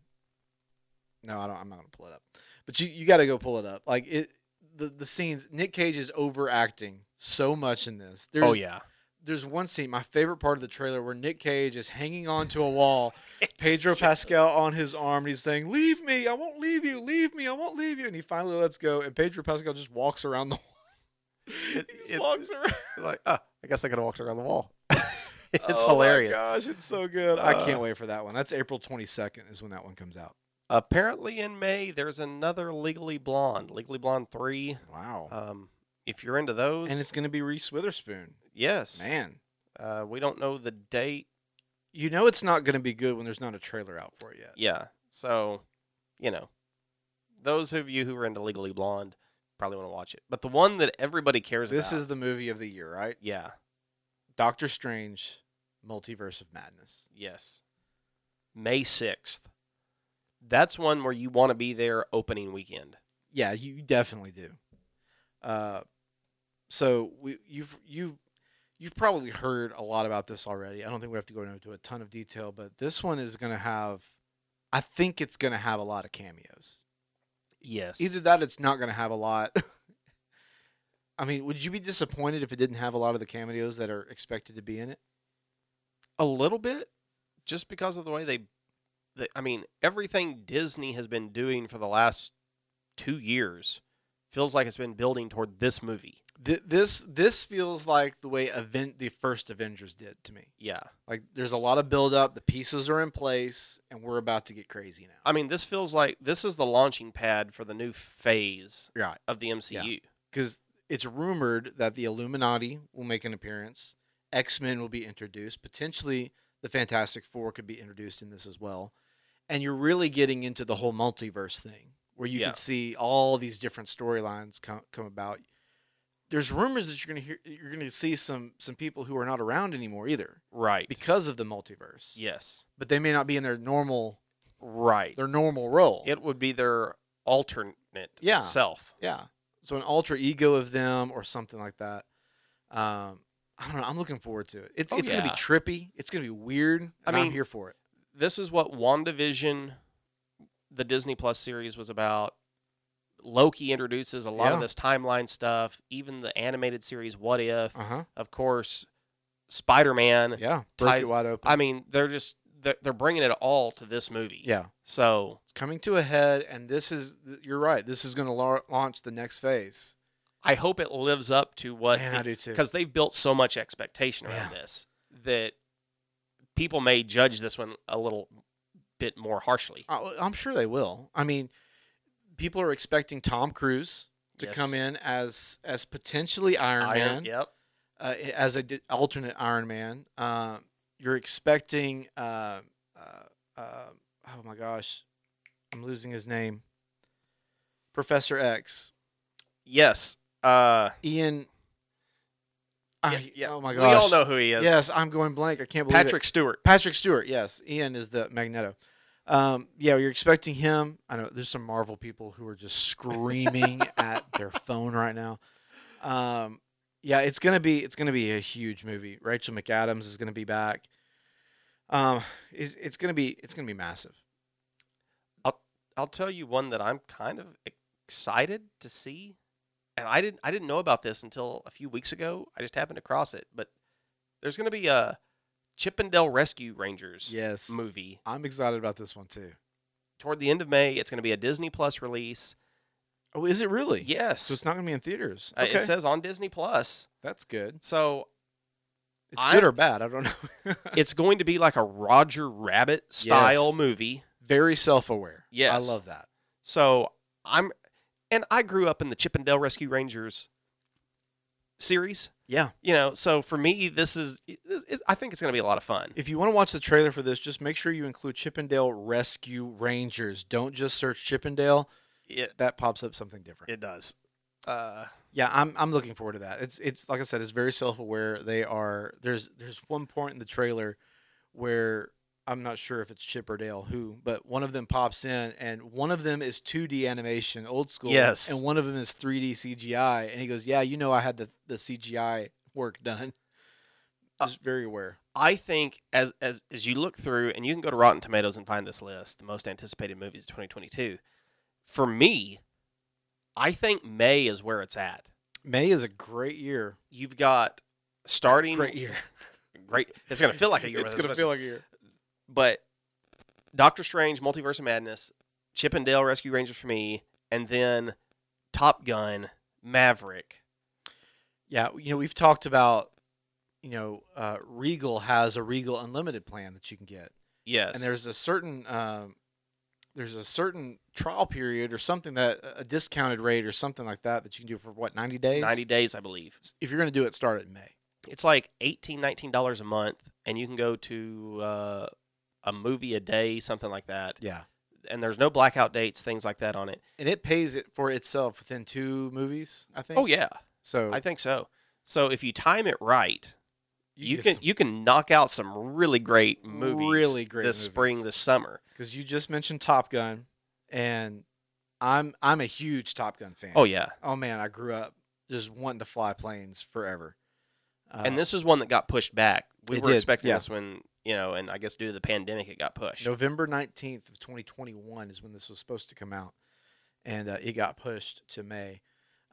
B: No, I don't I'm not going to pull it up. But you you got to go pull it up. Like it the the scenes Nick Cage is overacting so much in this. There's
C: oh yeah.
B: there's one scene, my favorite part of the trailer, where Nick Cage is hanging onto a wall, (laughs) Pedro
C: It's just-
B: Pascal on his arm, and he's saying, Leave me, I won't leave you, leave me, I won't leave you. And he finally lets go, and Pedro Pascal just walks around the wall.
C: It-
B: he just
C: it-
B: walks around.
C: (laughs) like, oh, I guess I could have walked around the wall. (laughs) it's
B: Oh my
C: hilarious.
B: gosh, it's so good. I
C: Uh,
B: can't wait for that one. That's April 22nd, is when that one comes out.
C: Apparently, in May, there's another Legally Blonde, Legally Blonde 3.
B: Wow.
C: Um, if you're into those,
B: and it's going to be Reese Witherspoon.
C: yes.
B: Man.
C: Uh, we don't know the date.
B: You know it's not going to be good when there's not a trailer out for it yet.
C: Yeah. So, you know, those of you who are into Legally Blonde probably want to watch it. But the one that everybody cares
B: This
C: about.
B: is the movie of the year, right?
C: Yeah.
B: Doctor Strange, Multiverse of Madness.
C: Yes. May 6th. That's one where you want to be there opening weekend.
B: Yeah, you definitely do. Uh, so we, you've you've you've probably heard a lot about this already. I don't think we have to go into a ton of detail, but this one is going to have, I think it's going to have a lot of cameos.
C: Yes.
B: Either that, it's not going to have a lot. (laughs) I mean, would you be disappointed if it didn't have a lot of the cameos that are expected to be in it?
C: a little bit, just because of the way they, they I mean, everything Disney has been doing for the last two years feels like it's been building toward this movie.
B: Th- this this feels like the way event the first Avengers did to me.
C: Yeah.
B: Like there's a lot of build up, the pieces are in place, and we're about to get crazy now.
C: I mean, this feels like this is the launching pad for the new phase
B: Right.
C: of the MCU.
B: Because it's rumored that the Illuminati will make an appearance, X Men will be introduced, potentially the Fantastic Four could be introduced in this as well, and you're really getting into the whole multiverse thing where you
C: Yeah.
B: can see all these different storylines come, come about. There's rumors that you're gonna hear, you're gonna see some some people who are not around anymore either
C: Right.
B: because of the multiverse.
C: yes.
B: but they may not be in their normal
C: Right.
B: their normal role.
C: It would be their alternate
B: Yeah.
C: self.
B: Yeah. So an alter ego of them or something like that. Um, I don't know. I'm looking forward to it. It's
C: Oh,
B: it's gonna be
C: yeah.
B: trippy. It's gonna be weird. And I am
C: mean-
B: here for it.
C: This is what WandaVision, the Disney Plus series, was about. Loki introduces a lot
B: Yeah.
C: of this timeline stuff, even the animated series What If.
B: Uh huh.
C: Of course, Spider Man.
B: (laughs) Yeah. Break
C: uh-huh. ties-
B: it wide open.
C: I mean, they're just, they're, they're bringing it all to this movie.
B: yeah.
C: So
B: It's coming to a head, and this is you're right. This is gonna la- launch the next phase.
C: I hope it lives up to what
B: Man, I do too.
C: because they've built so much expectation around this that people may judge this one a little bit more harshly.
B: I, Uh, I'm sure they will. I mean, people are expecting Tom Cruise to
C: Yes.
B: come in as as potentially Iron,
C: Iron-
B: Man.
C: Yep.
B: uh, as an alternate Iron Man. Uh, you're expecting, uh, uh, uh, oh my gosh, I'm losing his name. Professor X,
C: Yes. Uh,
B: Ian. I-
C: yeah, yeah.
B: Oh my
C: we
B: gosh.
C: all know who he is.
B: Yes, I'm going blank. I can't believe it.
C: Patrick Stewart.
B: Patrick Stewart. Yes, Ian is the Magneto. Um, yeah, you're expecting him. I know there's some Marvel people who are just (laughs) screaming at their phone right now. Um, yeah, it's gonna be it's gonna be a huge movie. Rachel McAdams is gonna be back. Um, it's, it's gonna be it's gonna be massive.
C: I'll tell you one that I'm kind of excited to see, and I didn't I didn't know about this until a few weeks ago. I just happened across it, but there's going to be a Chippendale Rescue Rangers
B: Yes,
C: movie
B: I'm excited about this one too.
C: toward the end of May. It's going to be a Disney Plus release.
B: Oh, is it really?
C: Yes,
B: So it's not gonna be in theaters.
C: Uh,
B: Okay,
C: It says on Disney Plus.
B: that's good. (laughs)
C: So
B: It's
C: I-
B: good or bad. I don't know. (laughs)
C: it's going to be like a Roger Rabbit style
B: Yes.
C: movie.
B: Very self aware.
C: Yes.
B: I love that.
C: So I'm, and I grew up in the Chippendale Rescue Rangers series.
B: Yeah.
C: You know, so for me, this is, it, it, I think it's going to be a lot of fun.
B: If you want to watch the trailer for this, just make sure you include Chippendale Rescue Rangers. Don't just search Chippendale.
C: It,
B: That pops up something different.
C: it does. Uh,
B: yeah, I'm, I'm looking forward to that. It's it's like I said, it's very self aware. They are there's there's one point in the trailer where I'm not sure if it's Chip or Dale who, but one of them pops in and one of them is 2D animation, old school.
C: Yes.
B: And one of them is 3D CGI. And he goes, Yeah, you know I had the, the CGI work done.
C: Uh,
B: Just very aware.
C: I think as, as, as you look through and you can go to Rotten Tomatoes and find this list, the most anticipated movies of 2022. For me, I think May is where it's at.
B: May is a great year.
C: You've got starting
B: Great year.
C: great. It's gonna feel like a year.
B: (laughs) It's
C: with
B: gonna
C: us,
B: feel like a year.
C: But Doctor Strange, Multiverse of Madness, Chip and Dale Rescue Rangers for me, and then Top Gun, Maverick.
B: Yeah, you know, we've talked about, you know, uh, Regal has a Regal Unlimited plan that you can get,
C: Yes,
B: and there's a certain um, there's a certain trial period or something that a discounted rate or something like that that you can do for what ninety days.
C: ninety days, I believe.
B: If you're going to do it, start it in May.
C: It's like 18 dollars a month, and you can go to uh, a movie a day, something like that.
B: Yeah,
C: And there's no blackout dates, things like that on it.
B: and it pays it for itself within two movies, I think.
C: Oh yeah,
B: so
C: I think so. So if you time it right, you,
B: get
C: can
B: some-
C: you can knock out some really great movies.
B: Really great
C: this
B: movies.
C: spring, this summer.
B: because you just mentioned Top Gun, and I'm I'm a huge Top Gun fan.
C: Oh yeah,
B: Oh man, I grew up just wanting to fly planes forever. Uh,
C: and this is one that got pushed back. We
B: It
C: were
B: did,
C: expecting
B: yeah.
C: this one, you know, and I guess due to the pandemic, it got pushed.
B: November nineteenth of twenty twenty one is when this was supposed to come out, and uh, it got pushed to May.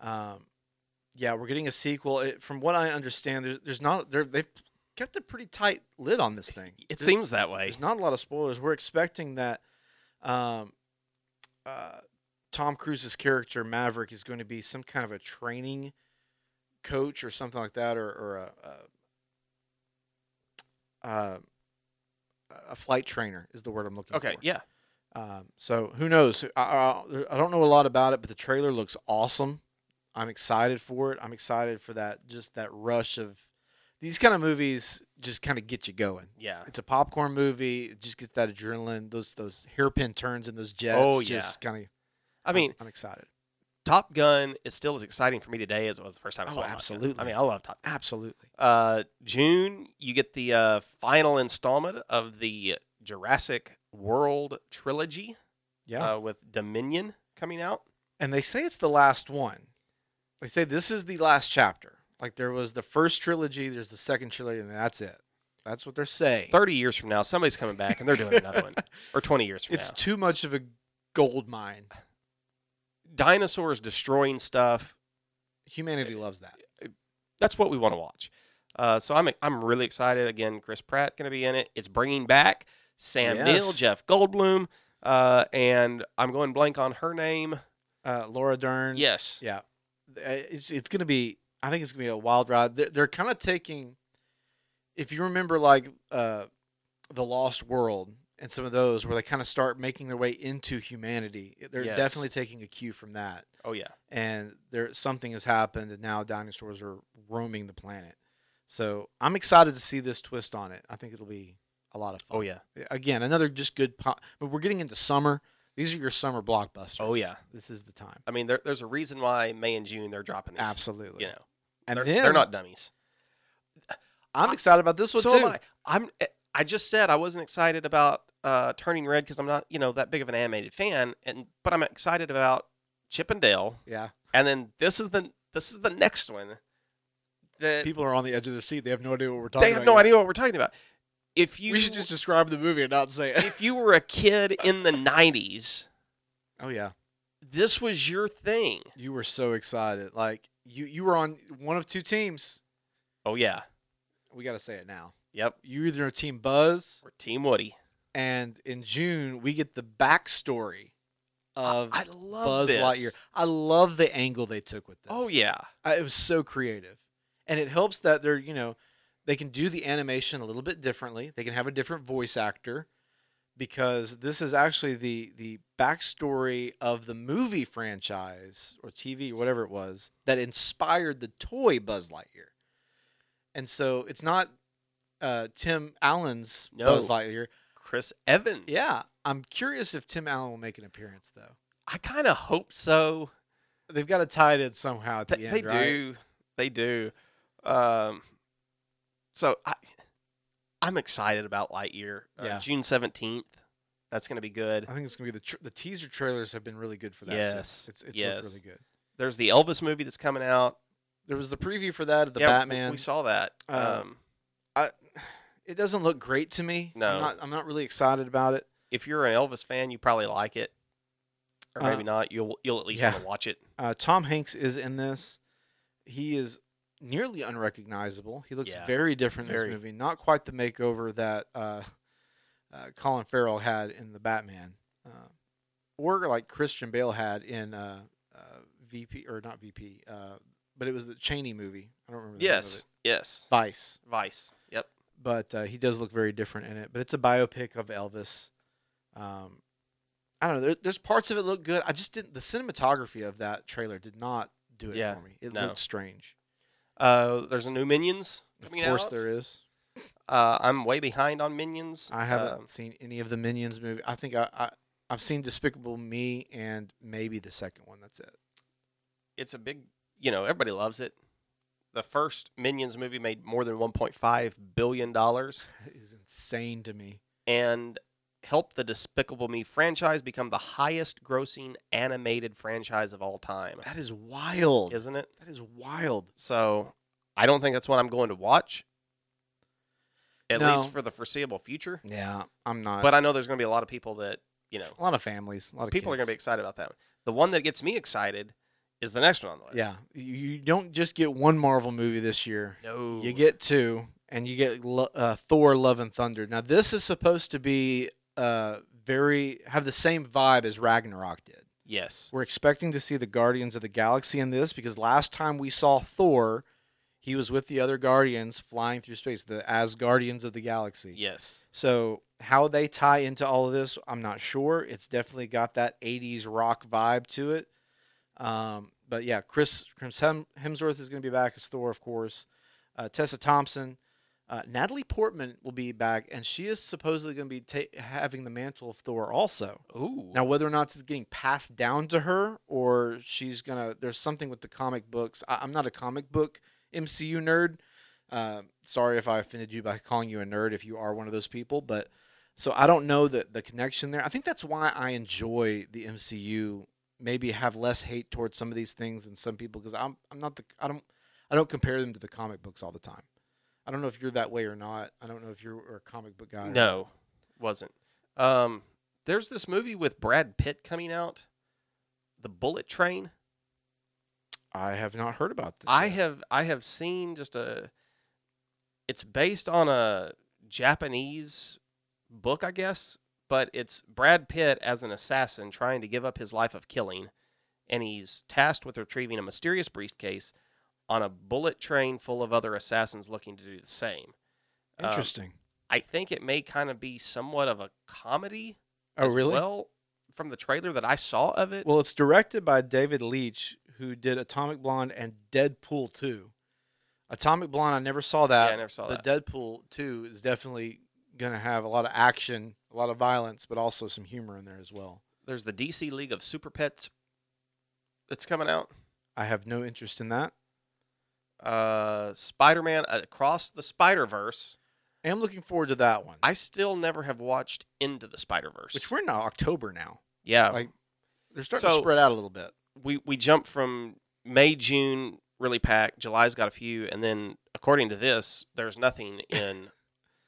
B: Um, yeah, we're getting a sequel. It, from what I understand, there's, there's not there, they've kept a pretty tight lid on this thing.
C: It
B: There's-
C: seems that way.
B: There's not a lot of spoilers. We're expecting that um, uh, Tom Cruise's character Maverick is going to be some kind of a training coach or something like that, or, or a, a, uh, a flight trainer is the word I'm looking
C: Okay,
B: for.
C: yeah.
B: Um, so who knows? I, I, I don't know a lot about it, but the trailer looks awesome. I'm excited for it. I'm excited for that just that rush of these kind of movies just kind of get you going.
C: Yeah.
B: It's a popcorn movie. It just gets that adrenaline, those those hairpin turns and those jets.
C: Oh,
B: just kind of.
C: I mean,
B: I'm excited.
C: Top Gun is still as exciting for me today as it was the first time I
B: Oh,
C: saw Top Gun.
B: absolutely.
C: I mean, I love Top Gun.
B: Absolutely.
C: Uh, June, you get the uh, final installment of the Jurassic World trilogy
B: Yeah.
C: uh, with Dominion coming out.
B: and they say it's the last one. They say this is the last chapter. Like there was the first trilogy. There's the second trilogy, and that's it. That's what they're saying.
C: 30 years from now, somebody's coming back and they're doing
B: (laughs)
C: another one, or 20 years from
B: It's
C: now.
B: too much of a gold mine.
C: Dinosaurs destroying stuff.
B: Humanity loves that.
C: That's what we want to watch. Uh, so I'm I'm really excited. Again, Chris Pratt going to be in it. It's bringing back Sam Neill,
B: Yes.
C: Jeff Goldblum, uh, and I'm going blank on her name.
B: Uh, Laura Dern.
C: Yes.
B: Yeah. Uh, It's, it's going to be, I think it's going to be a wild ride. They're, they're kind of taking, if you remember, like uh, The Lost World and some of those where they kind of start making their way into humanity, they're
C: Yes.
B: definitely taking a cue from that.
C: Oh yeah.
B: And there, something has happened, and now dinosaurs are roaming the planet. So I'm excited to see this twist on it. I think it'll be a lot of fun.
C: Oh yeah.
B: Again, another just good pop. But we're getting into summer. These are your summer blockbusters.
C: Oh, yeah.
B: this is the time.
C: I mean, there, there's a reason why May and June they're dropping these.
B: Absolutely.
C: You know,
B: And
C: they're,
B: then
C: they're not dummies.
B: I'm excited about this one
C: so
B: too.
C: am I. I'm. eh, I just said I wasn't excited about uh, Turning Red because I'm not, you know, that big of an animated fan, and but I'm excited about Chip and Dale,
B: Yeah.
C: and then this is the this is the next one that
B: People are on the edge of their seat. They have no idea what we're talking
C: they have
B: about.
C: no
B: here.
C: idea what we're talking about. If you
B: We should just describe the movie and not say it.
C: (laughs) if you were a kid in the '90s,
B: (laughs) Oh yeah.
C: this was your thing.
B: You were so excited. Like you you were on one of two teams.
C: Oh yeah.
B: We got to say it now.
C: Yep.
B: You either are team Buzz
C: We're Team Woody.
B: and in June we get the backstory of
C: I love
B: Buzz
C: this.
B: Lightyear. I love the angle they took with this.
C: Oh yeah.
B: I, it was so creative, and it helps that they're you know they can do the animation a little bit differently. They can have a different voice actor because this is actually the the backstory of the movie franchise or TV whatever it was that inspired the toy Buzz Lightyear, and so it's not uh, Tim Allen's
C: No.
B: Buzz Lightyear.
C: Chris Evans.
B: Yeah, I'm curious if Tim Allen will make an appearance though.
C: I kind of hope so.
B: They've got to tie it in somehow at the
C: Th-
B: end,
C: they
B: right?
C: do. They do. Um, so I, I'm excited about Lightyear. Uh,
B: Yeah.
C: June seventeenth. That's going to be good.
B: I think it's gonna be the tr- the teaser trailers have been really good for that.
C: Yes,
B: too. it's it's
C: yes.
B: looked really good.
C: There's the Elvis movie that's coming out.
B: There was the preview for that of the
C: Yeah, w-
B: Batman.
C: We saw that.
B: Uh,
C: um,
B: it doesn't look great to me.
C: No.
B: I'm not, I'm not really excited about it.
C: if you're an Elvis fan, you probably like it, or
B: Uh,
C: maybe not. You'll you'll at least
B: yeah.
C: want to watch it.
B: Uh, Tom Hanks is in this. He is nearly unrecognizable. He looks
C: Yeah.
B: very different in
C: Very.
B: this movie. Not quite the makeover that uh, uh, Colin Farrell had in the Batman, uh, or like Christian Bale had in uh, uh, VP or not VP, uh, but it was the Cheney movie. I don't remember. The name of
C: Yes.
B: it.
C: Yes.
B: Vice.
C: Vice. Yep.
B: but uh, he does look very different in it. But it's a biopic of Elvis. Um, I don't know. There, there's parts of it look good. I just didn't. The cinematography of that trailer did not do it
C: Yeah,
B: for me. It
C: no.
B: looked strange.
C: Uh, there's a new Minions
B: Of
C: coming
B: course,
C: out.
B: there is.
C: Uh, I'm way behind on Minions.
B: I haven't
C: Um,
B: seen any of the Minions movie. I think I, I I've seen Despicable Me and maybe the second one. That's it. (laughs)
C: it's a big you know everybody loves it the first minions movie made more than 1.5 billion dollars
B: It is insane to me.
C: and helped the despicable me franchise become the highest grossing animated franchise of all time
B: That is wild.
C: isn't it
B: That is wild.
C: so i don't think that's what i'm going to watch at
B: No.
C: least for the foreseeable future
B: Yeah, I'm not.
C: but i know there's going to be a lot of people that you know
B: a lot of families, a lot of
C: people are going to be
B: kids.
C: excited about that one the one that gets me excited is the next one on the list
B: Yeah, you you don't just get one Marvel movie this year.
C: no
B: You get two, and you get Lo- uh, Thor: Love and Thunder. Now this is supposed to be uh, very have the same vibe as Ragnarok did.
C: Yes.
B: We're expecting to see the Guardians of the Galaxy in this because last time we saw Thor, he was with the other Guardians flying through space, the as Guardians of the Galaxy.
C: Yes.
B: So how they tie into all of this, I'm not sure. It's definitely got that '80s rock vibe to it. Um, but yeah, Chris Chris Hem- Hemsworth is going to be back as Thor, of course. Uh, Tessa Thompson, uh, Natalie Portman will be back, and she is supposedly going to be ta- having the mantle of Thor also.
C: Ooh.
B: Now, whether or not it's getting passed down to her or she's gonna, there's something with the comic books. I, I'm not a comic book MCU nerd. Uh, sorry if I offended you by (laughs) calling you a nerd if you are one of those people, but so I don't know the the connection there. I think that's why I enjoy the MCU. Maybe have less hate towards some of these things than some people because I'm I'm not the I don't I don't compare them to the comic books all the time. I don't know if you're that way or not. I don't know if you're a comic book guy. or not.
C: No, wasn't. Um, there's this movie with Brad Pitt coming out, The Bullet Train.
B: I have not heard about this.
C: I
B: yet.
C: have I have seen just a. It's based on a Japanese book, I guess, but it's Brad Pitt as an assassin trying to give up his life of killing, and he's tasked with retrieving a mysterious briefcase on a bullet train full of other assassins looking to do the same. Um,
B: interesting.
C: I think it may kind of be somewhat of a comedy.
B: Oh,
C: as
B: really? Well,
C: Well, from the trailer that I saw of it.
B: it's directed by David Leitch, who did Atomic Blonde and Deadpool 2. Atomic Blonde, I never saw
C: yeah,
B: that.
C: I never saw
B: but
C: that.
B: Deadpool 2 is definitely going to have a lot of action, a lot of violence, but also some humor in there as well.
C: There's the DC League of Super Pets that's coming out.
B: I have no interest in that.
C: Uh, Spider-Man Across the Spider-Verse.
B: I am looking forward to that one,
C: I still never have watched Into the Spider-Verse.
B: which we're in October now.
C: yeah,
B: like- They're starting to
C: So-
B: spread out a little bit.
C: we we jump from May June really packed. July's got a few, and then according to this, there's nothing
B: (laughs)
C: in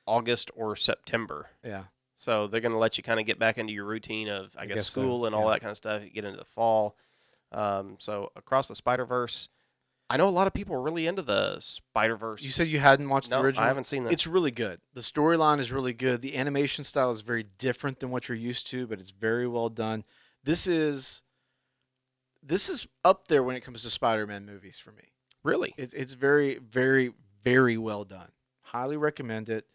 C: August or September.
B: Yeah.
C: So they're going to let you kind of get back into your routine of, I,
B: I
C: guess,
B: guess so,
C: school and all
B: yeah.
C: that kind of stuff. You get into the fall. Um, so across the Spider Verse, I know a lot of people are really into the Spider Verse.
B: You said you hadn't watched
C: no,
B: the original?
C: I haven't seen that.
B: It's really good. The storyline is really good. The animation style is very different than what you're used to, but it's very well done. This is this is up there when it comes to Spider-Man movies for me.
C: really
B: It, it's very, very, very well done. Highly recommend it.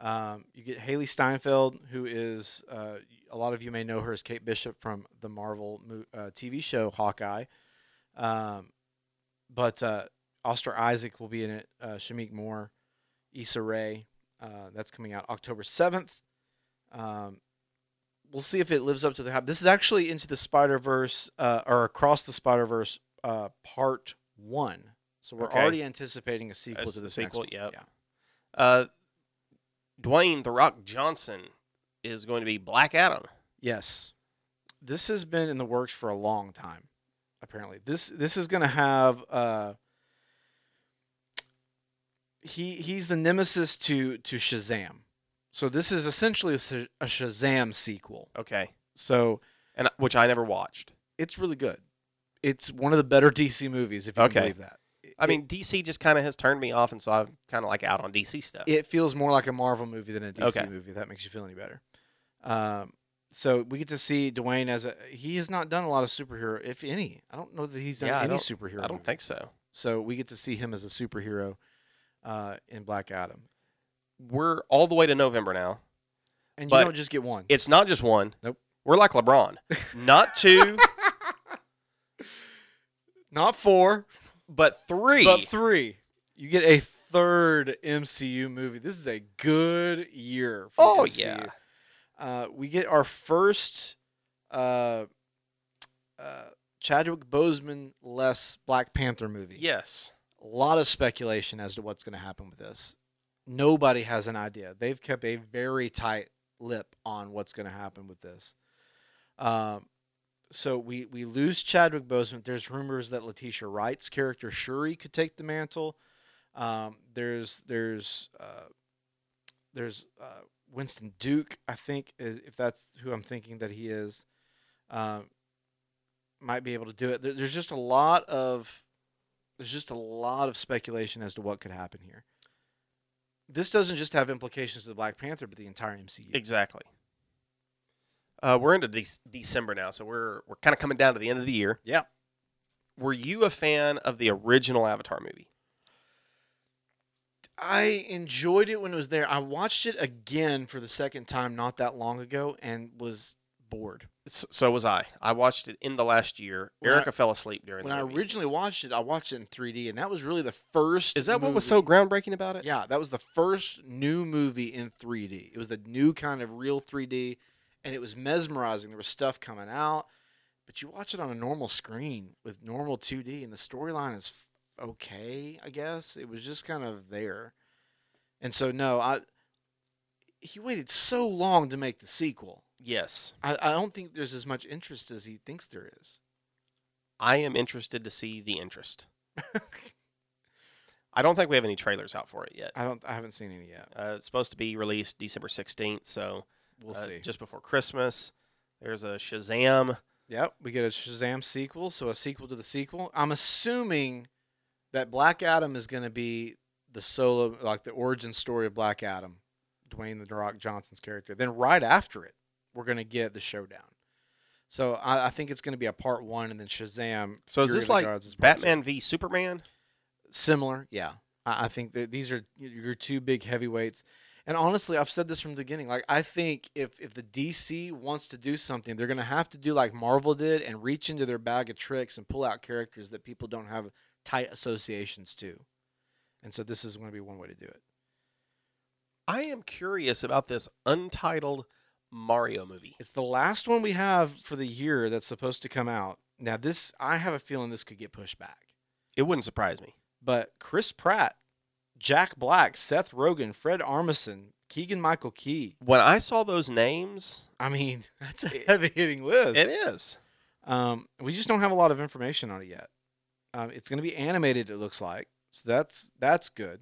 B: Um, you get Haley Steinfeld, who is uh, a lot of you may know her as Kate Bishop from the Marvel mo- uh, TV show Hawkeye. Um, but uh, Oscar Isaac will be in it. Uh, Shamik Moore, Issa Rae. Uh, that's coming out October seventh. Um, we'll see if it lives up to the hype. This is actually into the Spider Verse uh, or across the Spider Verse uh, part one. So we're
C: Okay.
B: already anticipating a sequel
C: That's
B: to
C: the
B: this
C: sequel,
B: Next one.
C: yep.
B: Yeah.
C: Uh, Dwayne the Rock Johnson is going to be Black Adam.
B: Yes. This has been in the works for a long time, apparently. This this is gonna have uh he he's the nemesis to to Shazam. So this is essentially a, Sh- a Shazam sequel.
C: Okay,
B: So
C: and which I never watched.
B: it's really good. It's one of the better DC movies, if you
C: Okay.
B: can believe that.
C: I mean, DC just kind of has turned me off, and so I'm kind of like out on DC stuff.
B: it feels more like a Marvel movie than a DC
C: Okay.
B: movie. If that makes you feel any better. Um, so we get to see Dwayne as a he has not done a lot of superhero, if any. I don't know that he's done
C: Yeah, I
B: any
C: don't-
B: superhero.
C: I don't
B: movie.
C: think so.
B: so. We get to see him as a superhero uh, in Black Adam,
C: We're all the way to November now.
B: and you
C: But
B: don't just get one.
C: It's not just one.
B: Nope.
C: We're
B: (laughs)
C: like LeBron. Not two,
B: not four,
C: but three.
B: but three. You get a third MCU movie. This is a good year. For
C: oh
B: MCU.
C: yeah.
B: uh, we get our first uh, uh, Chadwick Boseman less Black Panther movie.
C: Yes.
B: A lot of speculation as to what's going to happen with this. Nobody has an idea. They've kept a very tight lip on what's going to happen with this. Um, so we we lose Chadwick Boseman. There's rumors that Letitia Wright's character Shuri could take the mantle. Um, there's there's uh, there's uh, Winston Duke. I think is, if that's who I'm thinking that he is, um, might be able to do it. There, there's just a lot of there's just a lot of speculation as to what could happen here. this doesn't just have implications to the Black Panther, but the entire MCU.
C: Exactly. Uh, we're into de- December now, so we're we're kind of coming down to the end of the year.
B: Yeah.
C: Were you a fan of the original Avatar movie?
B: I enjoyed it when it was there. I watched it again for the second time not that long ago and was bored.
C: So, so was I. I watched it in the last year.
B: When I-
C: Erica fell asleep during
B: When
C: the
B: I
C: movie.
B: originally watched it, I watched it in 3D, and that was really the first.
C: Is that what was
B: movie-
C: so groundbreaking about it?
B: Yeah, that was the first new movie in 3D. It was the new kind of real 3D, and it was mesmerizing. There was stuff coming out, but you watch it on a normal screen with normal 2D, and the storyline is f- okay, I guess. It was just kind of there, and so no, I. He waited so long to make the sequel.
C: Yes.
B: I, I don't think there's as much interest as he thinks there is.
C: I am interested to see the interest. I don't think we have any trailers out for it yet.
B: I don't. I haven't seen any yet.
C: Uh, it's supposed to be released December 16th, so
B: We'll
C: uh,
B: see.
C: just before Christmas. There's a Shazam.
B: Yep, we get a Shazam sequel, so a sequel to the sequel. I'm assuming that Black Adam is going to be the solo, like the origin story of Black Adam, Dwayne the Rock Johnson's character. Then right after it, we're going to get the showdown. So I, I think it's going to be a part one, and then Shazam.
C: So is
B: Fury
C: this
B: of the
C: like
B: Gods is part two.
C: Batman v Superman?
B: Similar, yeah. I, I think that these are y- your two big heavyweights. And honestly, I've said this from the beginning. Like, I think if if the DC wants to do something, they're going to have to do like Marvel did and reach into their bag of tricks and pull out characters that people don't have tight associations to. And so this is going to be one way to do it.
C: I am curious about this untitled Mario movie.
B: It's the last one we have for the year that's supposed to come out. Now, this I have a feeling this could get pushed back.
C: It wouldn't surprise me.
B: but Chris Pratt, Jack Black, Seth Rogen, Fred Armisen, Keegan Michael Key.
C: When I saw those names,
B: I mean, (laughs) that's a heavy hitting list.
C: it is.
B: Um, we just don't have a lot of information on it yet. Um, it's going to be animated. It looks like so that's that's good.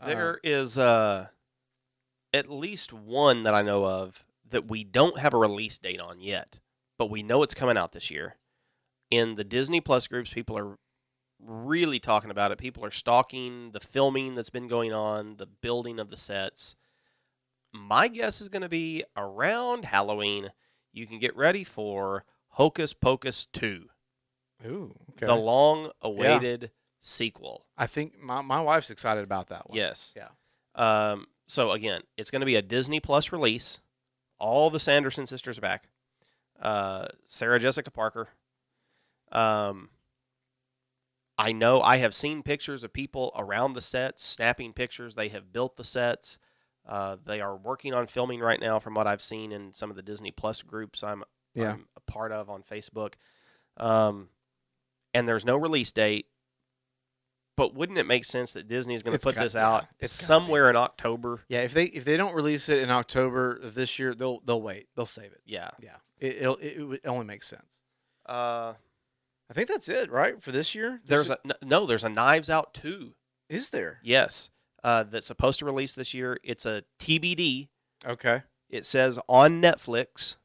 B: Uh-huh.
C: There is uh, at least one that I know of that we don't have a release date on yet, but we know it's coming out this year. In the Disney Plus groups, people are really talking about it. People are stalking the filming that's been going on, the building of the sets. My guess is going to be around Halloween, you can get ready for Hocus Pocus 2,
B: Uh, Ooh, okay.
C: the long awaited sequel.
B: I think my, my wife's excited about that one.
C: Yes.
B: Yeah.
C: Um, so again, it's going to be a Disney Plus release. All the Sanderson sisters are back. Uh, Sarah Jessica Parker. Um, I know I have seen pictures of people around the sets snapping pictures. They have built the sets. Uh, they are working on filming right now, from what I've seen in some of the Disney Plus groups I'm,
B: Yeah.
C: I'm a part of on Facebook. Um, and there's no release date. But wouldn't it make sense that Disney is going to
B: It's
C: put
B: got-
C: this
B: yeah,
C: out
B: it's gotta be.
C: somewhere in October?
B: Yeah. If they if they don't release it in October of this year, they'll they'll wait. They'll save it.
C: Yeah.
B: Yeah. It it'll, it, it would only makes sense.
C: Uh,
B: I think that's it, right? For this year,
C: there's a n- no. There's a Knives Out two.
B: is there?
C: Yes, uh, that's supposed to release this year. It's a TBD.
B: Okay.
C: It says on Netflix.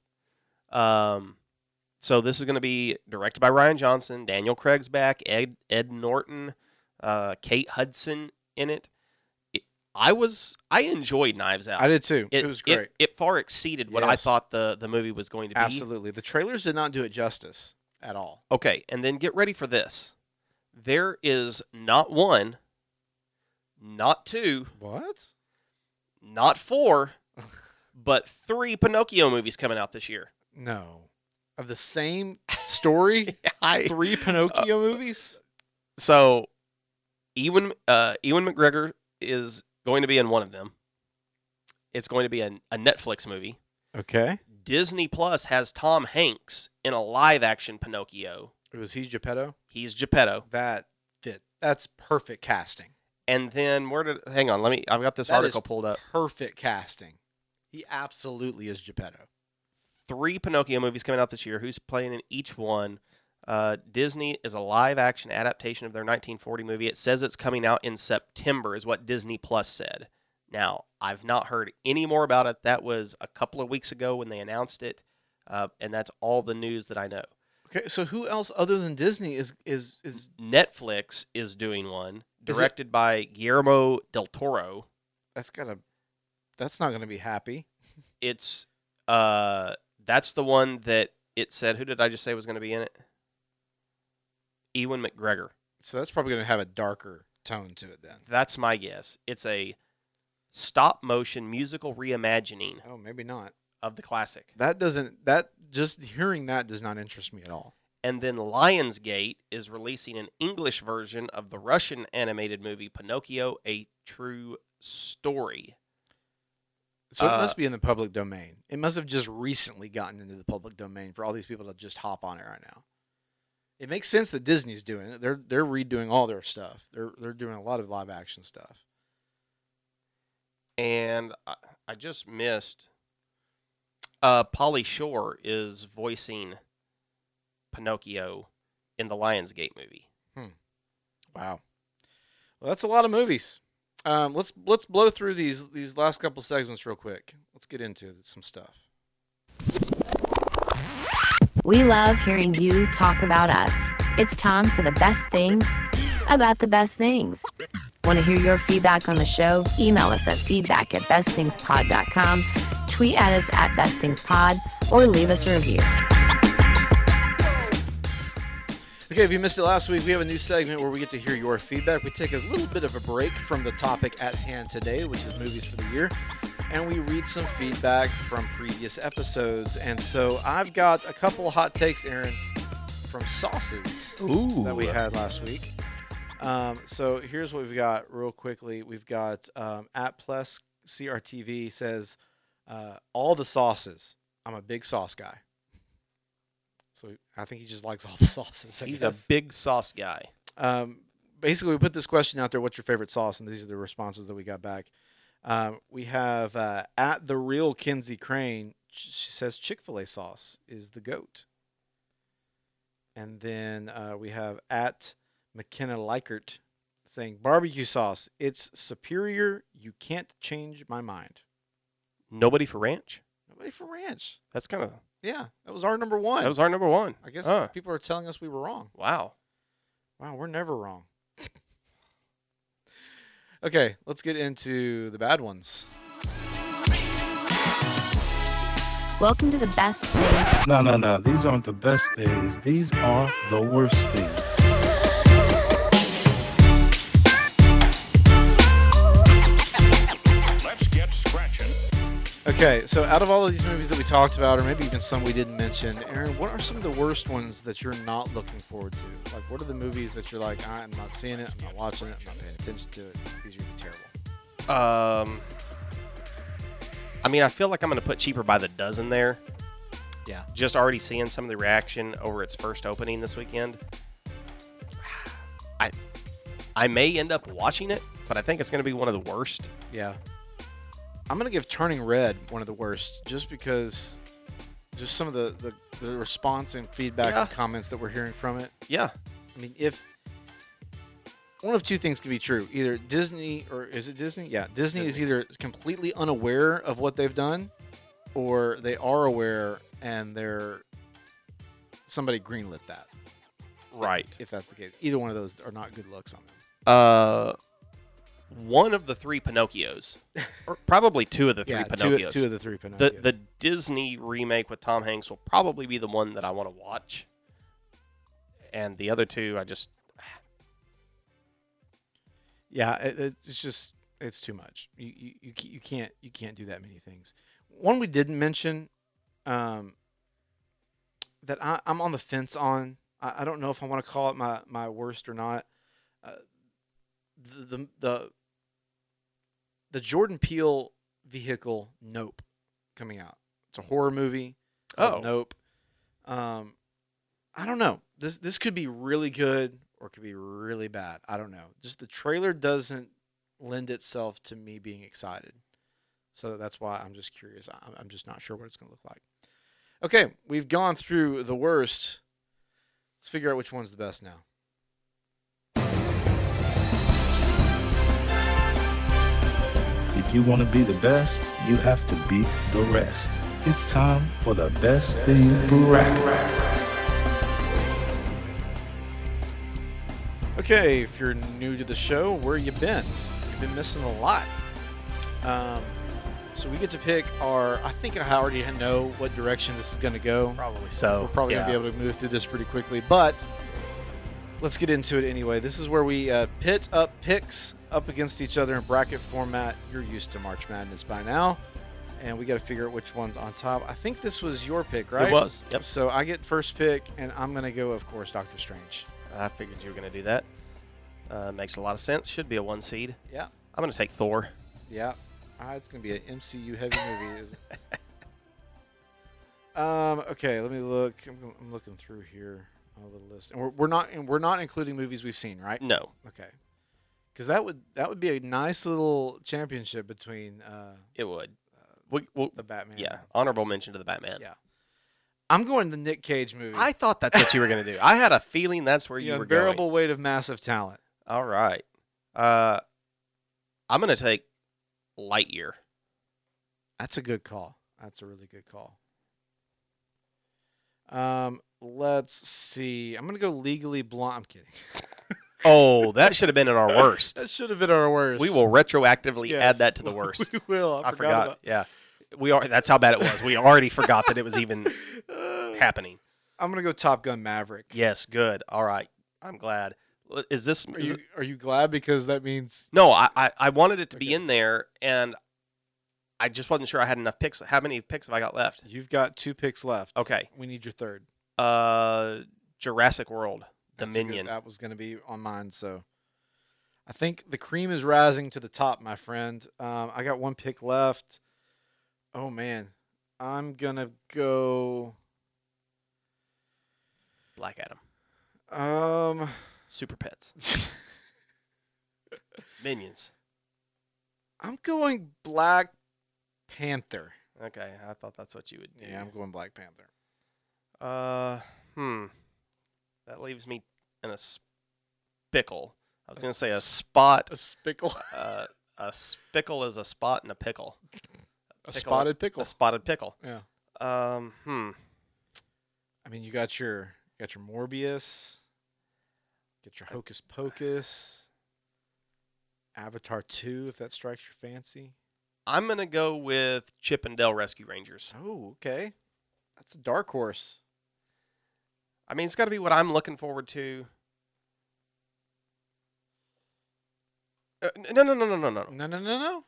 C: Um, so this is going to be directed by Ryan Johnson. Daniel Craig's back. Ed Ed Norton, uh, Kate Hudson in it. it. I was I enjoyed Knives Out.
B: I did too. It, was great.
C: It, far exceeded what I
B: Yes.
C: thought the the movie was going to be.
B: Absolutely. The trailers did not do it justice at all.
C: Okay, and then get ready for this. There is not one, not two,
B: What? (laughs)
C: not four, but three Pinocchio movies coming out this year.
B: No. Of the same (laughs) story?
C: I,
B: Three Pinocchio movies?
C: so Ewan uh, Ewan McGregor is going to be in one of them. It's going to be a, a Netflix movie.
B: Okay.
C: Disney Plus has Tom Hanks in a live action Pinocchio.
B: It was he Geppetto?
C: He's Geppetto.
B: That fit. That's perfect casting.
C: And then where did hang on, let me I've got this
B: That is
C: article pulled up.
B: Perfect casting. He absolutely is Geppetto.
C: three Pinocchio movies coming out this year. Who's playing in each one? Uh, Disney is a live action adaptation of their 1940 movie. It says it's coming out in September, is what Disney Plus said. Now, I've not heard any more about it. That was a couple of weeks ago when they announced it, uh, and that's all the news that I know.
B: Okay, so who else other than Disney is is is
C: Netflix is doing one.
B: Is it-
C: directed by Guillermo del Toro.
B: That's gotta. That's not gonna be happy.
C: It's uh that's the one that it said who did I just say was going to be in it? Ewan McGregor.
B: So that's probably gonna have a darker tone to it then.
C: That's my guess. It's a stop motion musical reimagining
B: Oh, maybe not.
C: of the classic.
B: That doesn't. That just hearing that does not interest me at all.
C: And then Lionsgate is releasing an English version of the Russian animated movie Pinocchio: A True Story.
B: So it
C: Uh,
B: must be in the public domain. It must have just recently gotten into the public domain for all these people to just hop on it right now. It makes sense that Disney's doing it. They're they're redoing all their stuff. They're they're doing a lot of live action stuff.
C: and I, I just missed. Uh, Polly Shore is voicing Pinocchio in the Lionsgate movie.
B: Wow. Well, that's a lot of movies. Um, let's let's blow through these these last couple segments real quick. Let's get into some stuff.
A: We love hearing you talk about us. It's time for the best things about the best things. Want to hear your feedback on the show? Email us at feedback at bestthingspod.com, tweet at us at bestthingspod, or leave us a review.
B: Okay, if you missed it last week, we have a new segment where we get to hear your feedback. We take a little bit of a break from the topic at hand today, which is movies for the year, and we read some feedback from previous episodes. And so I've got a couple of hot takes, Aaron, from sauces
C: Ooh,
B: that we had last week. Um, so here's what we've got real quickly. We've got um, at plus CRTV says uh, all the sauces. I'm a big sauce guy. So I think he just likes all the sauces. I
C: He's a
B: guess.
C: big sauce guy.
B: Um, basically, we put this question out there: What's your favorite sauce? And these are the responses that we got back. Um, we have uh, at the real Kinsey Crane. sh- She says Chick Fil A sauce is the goat. And then uh, we have at McKenna Likert saying barbecue sauce. It's superior. You can't change my mind.
C: Nobody for ranch.
B: Nobody for ranch.
C: That's kind of
B: Yeah, that was our number one.
C: that was our number one.
B: I guess
C: Huh.
B: people are telling us we were wrong.
C: Wow.
B: Wow, we're never wrong. (laughs) okay, let's get into the bad ones.
A: Welcome to the best things
D: No, no, no. These aren't the best things. These are the worst things.
E: Let's get scratching.
B: Okay, so out of all of these movies that we talked about, or maybe even some we didn't mention, Aaron, what are some of the worst ones that you're not looking forward to? Like, what are the movies that you're like, I'm not seeing it, I'm not watching it, I'm not paying attention to it? These are gonna be terrible.
C: Um, I mean, I feel like I'm going to put cheaper by the dozen there.
B: Yeah.
C: Just already seeing some of the reaction over its first opening this weekend. I I may end up watching it, but I think it's going to be one of the worst.
B: Yeah. I'm gonna give Turning Red one of the worst, just because, just some of the the, the response and feedback and
C: Yeah.
B: comments that we're hearing from it.
C: Yeah.
B: I mean, if one of two things can be true, either Disney or is it Disney? Yeah, Disney, is either completely unaware of what they've done, or they are aware and they're somebody greenlit that.
C: Right.
B: If that's the case, either one of those are not good looks on them.
C: Uh one of the
B: (laughs)
C: three Pinocchios. Or probably two of the three
B: yeah, two,
C: Pinocchios.
B: two of the three Pinocchios.
C: the the Disney remake with Tom Hanks will probably be the one that I want to watch. And the other two I just
B: yeah, it, it's just it's too much. You, you you ca- you can't you can't do that many things. One we didn't mention, um, that I, I'm on the fence on. I, I don't know if I want to call it my my worst or not. Uh, the, the the the Jordan Peele vehicle Nope coming out. It's a horror movie. called
C: Oh.
B: Nope. Um, I don't know. This this could be really good or it could be really bad. I don't know. Just the trailer doesn't lend itself to me being excited. So that's why I'm just curious. I'm, I'm just not sure what it's going to look like. Okay, we've gone through the worst. Let's figure out which one's the best now.
D: If you want to be the best, you have to beat the rest. It's time for the best thing bracket.
B: Okay, Okay, if you're new to the show, where you been? You've been missing a lot. Um, so we get to pick our. I think I already know what direction this is going to go.
C: Probably so.
B: We're probably
C: yeah.
B: going to be able to move through this pretty quickly, but let's get into it anyway. This is where we uh, pit up picks up against each other in bracket format. You're used to March Madness by now, and we got to figure out which one's on top. I think this was your pick, right?
C: It was. Yep.
B: So I get first pick, and I'm going to go, of course, Doctor Strange.
C: I figured you were going to do that. Uh, makes a lot of sense. Should be a one seed.
B: Yeah.
C: I'm going to take Thor.
B: Yeah. Ah, it's going to be an MCU heavy movie.
C: (laughs)
B: Isn't it? um, okay, let me look. I'm, go- I'm looking through here on the list. And we're, we're not and we're not including movies we've seen, right?
C: No.
B: Okay. Cuz that would that would be a nice little championship between uh,
C: It would. We, we,
B: the Batman.
C: yeah. Honorable mention to the Batman.
B: Yeah. I'm going the Nick Cage movie.
C: I thought that's what you were going to do. I had a feeling that's where
B: the
C: you were
B: unbearable
C: going.
B: weight of massive talent.
C: All right. Uh, I'm going to take Lightyear.
B: That's a good call. That's a really good call. Um, let's see. I'm gonna go legally blonde. I'm kidding.
C: Oh, that should have been in our
B: (laughs)
C: worst.
B: That should have been our worst.
C: We will retroactively
B: Yes.
C: add that to the worst.
B: (laughs) we will. I,
C: I
B: forgot.
C: forgot. Yeah. We are. That's how bad it was. We already forgot that it
B: (laughs)
C: was even
B: about-
C: happening.
B: I'm gonna go Top Gun Maverick.
C: Yes. Good. All right. I'm glad. L- Is this?
B: Are
C: is
B: you
C: it-
B: are you glad because that means
C: no. I, I I wanted it to be
B: Okay.
C: in there, and I just wasn't sure I had enough picks. How many picks have I got left?
B: you've got two picks left?
C: Okay.
B: We need your third.
C: Uh, Jurassic World
B: That's a good-
C: Dominion.
B: that was gonna be on mine. So I think the cream is rising to the top, my friend. Um, I got one pick left. Oh man, I'm gonna go.
C: Black Adam.
B: Um, (laughs)
C: Super Pets. Minions.
B: I'm going Black Panther.
C: Okay, I thought that's what you would do.
B: Yeah, I'm going Black Panther.
C: Uh, hmm. That leaves me in a spickle. I was gonna say a spot.
B: (laughs) A spickle.
C: (laughs) Uh, a spickle is a spot and a pickle.
B: A
C: Pickle.
B: spotted pickle.
C: A spotted pickle.
B: yeah.
C: Um, hmm.
B: I mean, you got your you got your Morbius, get your Hocus Pocus, Avatar two, if that strikes your fancy.
C: I'm gonna go with Chippendale Rescue Rangers.
B: Oh, okay, that's a dark horse.
C: I mean, it's got to be what I'm looking forward to. Uh, n- no, no, no, no, no, no.
B: No, no, no, no.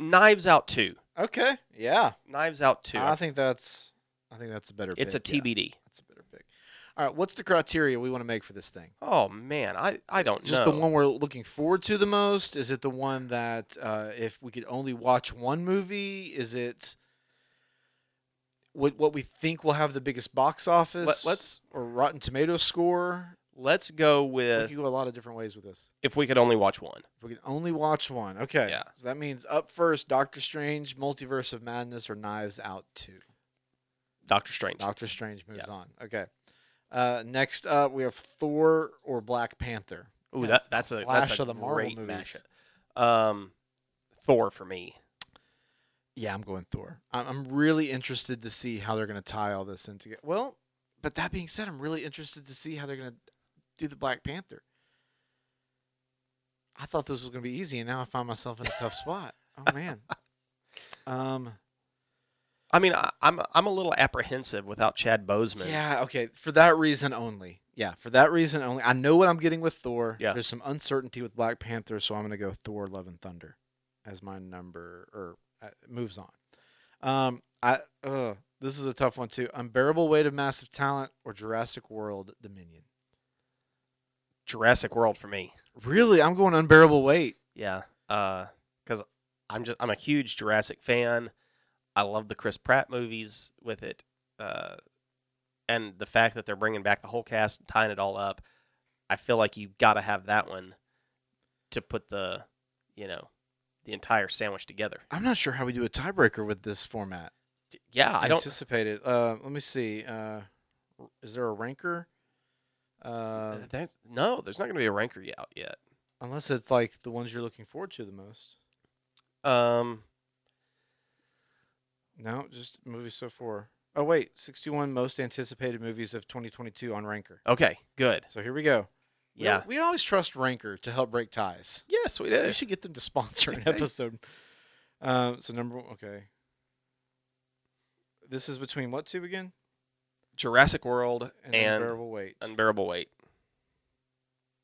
C: Knives Out two.
B: Okay, yeah,
C: Knives Out two.
B: I think that's I think that's a better.
C: it's a
B: pick, yeah.
C: TBD.
B: That's a better pick. All right, what's the criteria we want to make for this thing?
C: Oh man, I I don't
B: Just
C: know.
B: the one we're looking forward to the most? Is it the one that uh, if we could only watch one movie, is it what what we think will have the biggest box office?
C: Let, let's
B: or Rotten Tomato score.
C: let's go
B: We
C: with
B: could go a lot of different ways with this.
C: if we could only watch one.
B: If we could only watch one, okay.
C: Yeah.
B: So that means up first, Doctor Strange, Multiverse of Madness, or Knives Out Two.
C: Doctor Strange.
B: Doctor Strange moves
C: Yeah.
B: on. Okay. Uh, next up, we have Thor or Black Panther.
C: Ooh, that that's a
B: Clash
C: that's a
B: of the Marvel
C: great
B: movies.
C: mashup. Um, Thor for me.
B: Yeah, I'm going Thor. I'm, I'm really interested to see how they're going to tie all this in together. Well, but that being said, I'm really interested to see how they're going to do the Black Panther. I thought this was going to be easy, and now I find myself in a tough spot. Oh man. Um.
C: I mean, I, I'm I'm a little apprehensive without Chad Bozeman.
B: Yeah. Okay. For that reason only. Yeah. For that reason only. I know what I'm getting with Thor.
C: Yeah.
B: There's some uncertainty with Black Panther, so I'm going to go Thor: Love and Thunder as my number, or uh, moves on. Um. I. Uh, this is a tough one too. Unbearable weight of massive talent or Jurassic World Dominion.
C: Jurassic World for me.
B: Really, I'm going unbearable weight.
C: Yeah. Because I'm just I'm a huge Jurassic fan. I love the Chris Pratt movies with it, uh, and the fact that they're bringing back the whole cast, and tying it all up. I feel like you've got to have that one to put the, you know, the entire sandwich together.
B: I'm not sure how we do a tiebreaker with this format.
C: D- Yeah, I don't.
B: anticipate it. Uh, let me see. Uh, is there a ranker? Uh,
C: Uh, that's- no, there's not going to be a ranker y- out yet.
B: unless it's like the ones you're looking forward to the most.
C: Um,
B: No, just movies so far. Oh wait, 61 most anticipated movies of 2022 on Ranker.
C: okay, good.
B: So here we go. We-
C: Yeah.
B: We, always trust Ranker to help break ties.
C: Yes, we
B: We
C: did.
B: should get them to sponsor
C: (laughs)
B: an
C: Okay.
B: episode. Um, so number one, okay. This is between what two again?
C: Jurassic World and,
B: unbearable weight.
C: Unbearable Weight.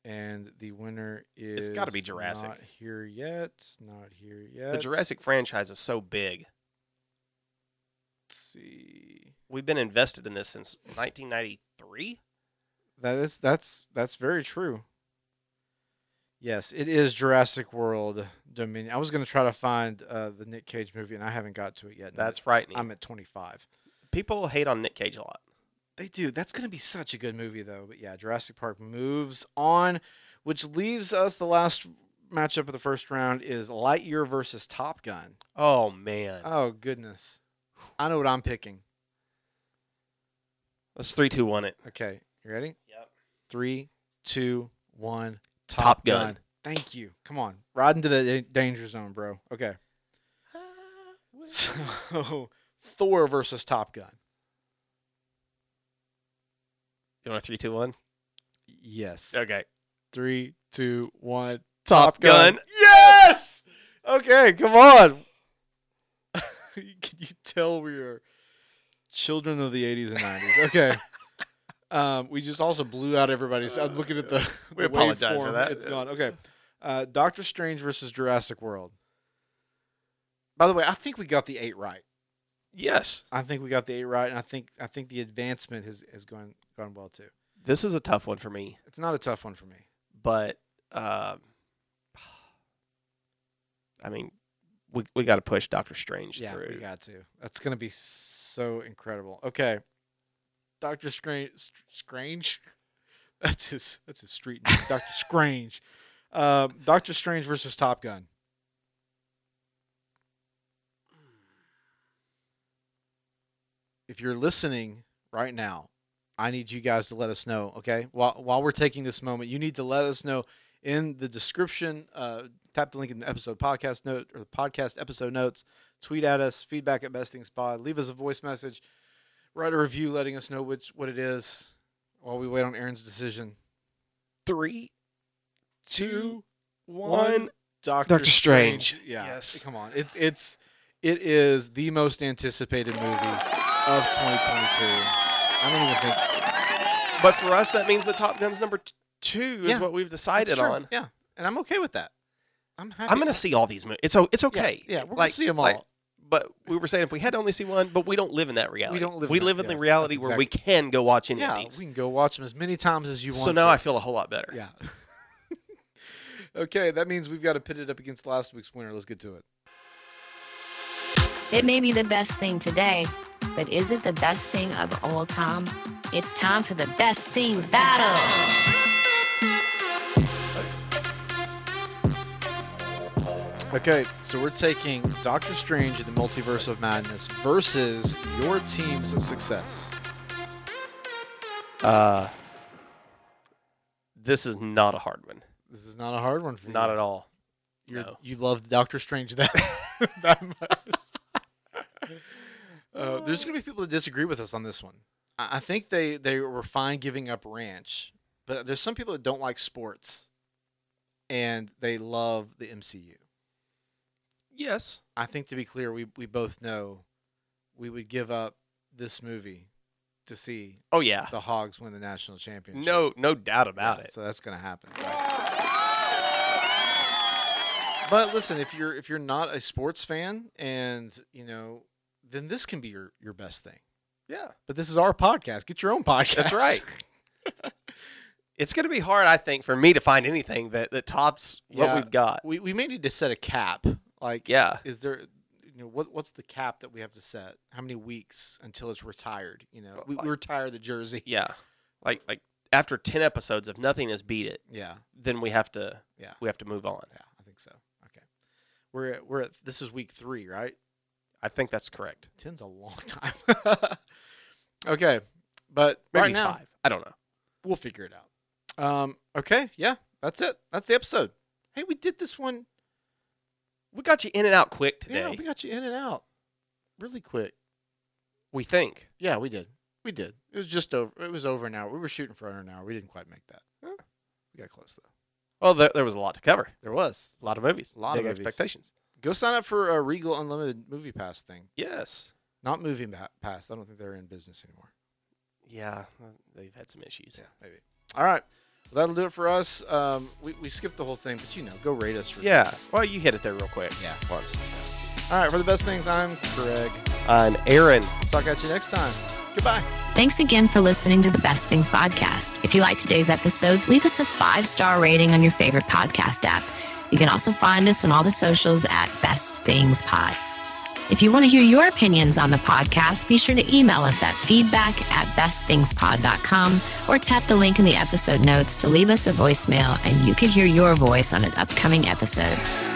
B: and the winner is
C: It's gotta be Jurassic.
B: Not here yet. Not here yet.
C: The Jurassic franchise is so big.
B: Let's see.
C: We've been invested in this since 1993.
B: Mm-hmm. That is that's that's very true. Yes, it is Jurassic World Dominion. I was going to try to find uh, the Nick Cage movie, and I haven't got to it yet. and I'm
C: That's frightening.
B: I'm at 25.
C: People hate on Nick Cage a lot.
B: They do. That's going to be such a good movie, though. But yeah, Jurassic Park moves on, which leaves us the last matchup of the first round is Lightyear versus Top Gun.
C: Oh man,
B: Oh goodness, I know what I'm picking.
C: let's three, two, one it.
B: Okay, you ready?
C: Yep.
B: Three, two, one.
C: Top Gun.
B: Thank you. Come on, ride into the da- danger zone, bro. Okay. So, (laughs) Thor versus Top Gun.
C: You want a three, two, one?
B: Yes.
C: Okay.
B: Three, two, one.
C: Top Gun.
B: Yes. Okay, come on. (laughs) Can you tell we are children of the '80s and '90s?
C: (laughs)
B: Okay. um, we just also blew out everybody. So I'm looking at the.
C: (laughs) We
B: the
C: apologize for
B: waveform.
C: that.
B: It's gone. Okay. Uh, Doctor Strange versus Jurassic World. By the way, I think we got the eight right.
C: Yes.
B: I think we got the eight right, and I think I think the advancement has, has gone gone well too.
C: This is a tough one for me,
B: It's not a tough one for me.
C: but um, I mean, we we got to push Doctor Strange
B: yeah,
C: through.
B: we got to. That's gonna be so incredible. Okay, Doctor Strange. Strange. (laughs) That's his. That's his street name. Doctor Strange. Um, Doctor Strange versus Top Gun. If you're listening right now, I need you guys to let us know. Okay, while while we're taking this moment, you need to let us know in the description. Uh, tap the link in the episode podcast note or the podcast episode notes tweet at us feedback at best things pod leave us a voice message write a review letting us know which what it is while we wait on aaron's decision
C: Three, two,
B: Two,
C: one.
B: doctor,
C: Doctor Strange.
B: yeah
C: Yes.
B: come on it's it's it is the most anticipated movie of 2022 i don't even think
C: But for us, that means the Top Gun's number t- two is
B: Yeah,
C: what we've
B: It's
C: decided
B: true.
C: on.
B: yeah and i'm okay with that i'm happy
C: I'm gonna see all these movies. It's o- it's
B: yeah,
C: okay.
B: yeah we're gonna
C: Like-
B: see them all
C: like, but we were saying if we had to only see one, but we don't live in that reality.
B: don't live in
C: We
B: that-
C: live in
B: yes,
C: the reality
B: that's
C: where we can go watch any
B: yeah
C: of these.
B: we can go watch them as many times as you want
C: so now
B: to.
C: I feel a whole lot better.
B: Yeah. (laughs) okay, that means we've got to pit it up against last week's winner. Let's get to it.
A: It may be the best thing today, but is it the best thing of all time? It's time for the best thing battle.
B: Okay, so we're taking Doctor Strange in the Multiverse of Madness versus your team's success.
C: Uh, this is not a hard one.
B: This is not a hard one for you.
C: Not at all.
B: You're,
C: no.
B: You love Doctor Strange that, (laughs) that much. Uh, there's going to be people that disagree with us on this one. I, I think they, they were fine giving up Ranch, but there's some people that don't like sports and they love the MCU.
C: Yes.
B: I think to be clear, we, we both know we would give up this movie to see
C: Oh yeah.
B: the Hogs win the national championship.
C: No, no doubt
B: Yeah,
C: about it.
B: So that's gonna happen. But listen, if you're if you're not a sports fan and you know, then this can be your, your best thing.
C: Yeah.
B: But this is our podcast. Get your own podcast.
C: That's right. It's going to be hard, I think, for me to find anything that, that tops what
B: Yeah.
C: we've got.
B: (laughs) we, we may need to set a cap. Like
C: Yeah.
B: is there you know what what's the cap that we have to set? How many weeks until it's retired? You know, we, we retire the jersey. (laughs)
C: Yeah. Like like after 10 episodes if nothing has beat it,
B: Yeah,
C: then we have to
B: yeah,
C: we have to move on.
B: yeah. I think so. Okay, we're at, we're at this is week three, right?
C: I think that's correct.
B: Ten's a long (laughs) time. okay, but
C: Maybe
B: right now
C: five. I don't know.
B: we'll figure it out. Um, okay, yeah, that's it. That's the episode. Hey, we did this one.
C: We got you in and out quick today.
B: Yeah, we got you in and out really quick.
C: we think.
B: Yeah, we did. We did. It was just over. It was over an hour. We were shooting for under an hour. We didn't quite make that. We got close though.
C: Well, there, there was a lot to cover.
B: There was.
C: A lot of movies.
B: A lot of
C: big
B: movies.
C: expectations.
B: Go sign up for a Regal Unlimited Movie Pass thing.
C: Yes.
B: Not Movie Ma- Pass. I don't think they're in business anymore.
C: Yeah, they've had some issues.
B: Yeah, maybe. All right. Well, that'll do it for us. Um, we, we skipped the whole thing, but you know, go rate us. review
C: Yeah.
B: us.
C: Well, you hit it there real quick.
B: Yeah.
C: Once.
B: All right. For the best things, I'm Craig.
C: I'm Aaron.
B: Talk at you next time. Goodbye.
A: Thanks again for listening to the Best Things Podcast. If you like today's episode, leave us a five star rating on your favorite podcast app. You can also find us on all the socials at Best Things Pod. If you want to hear your opinions on the podcast, be sure to email us at feedback at bestthingspod.com or tap the link in the episode notes to leave us a voicemail and you can hear your voice on an upcoming episode.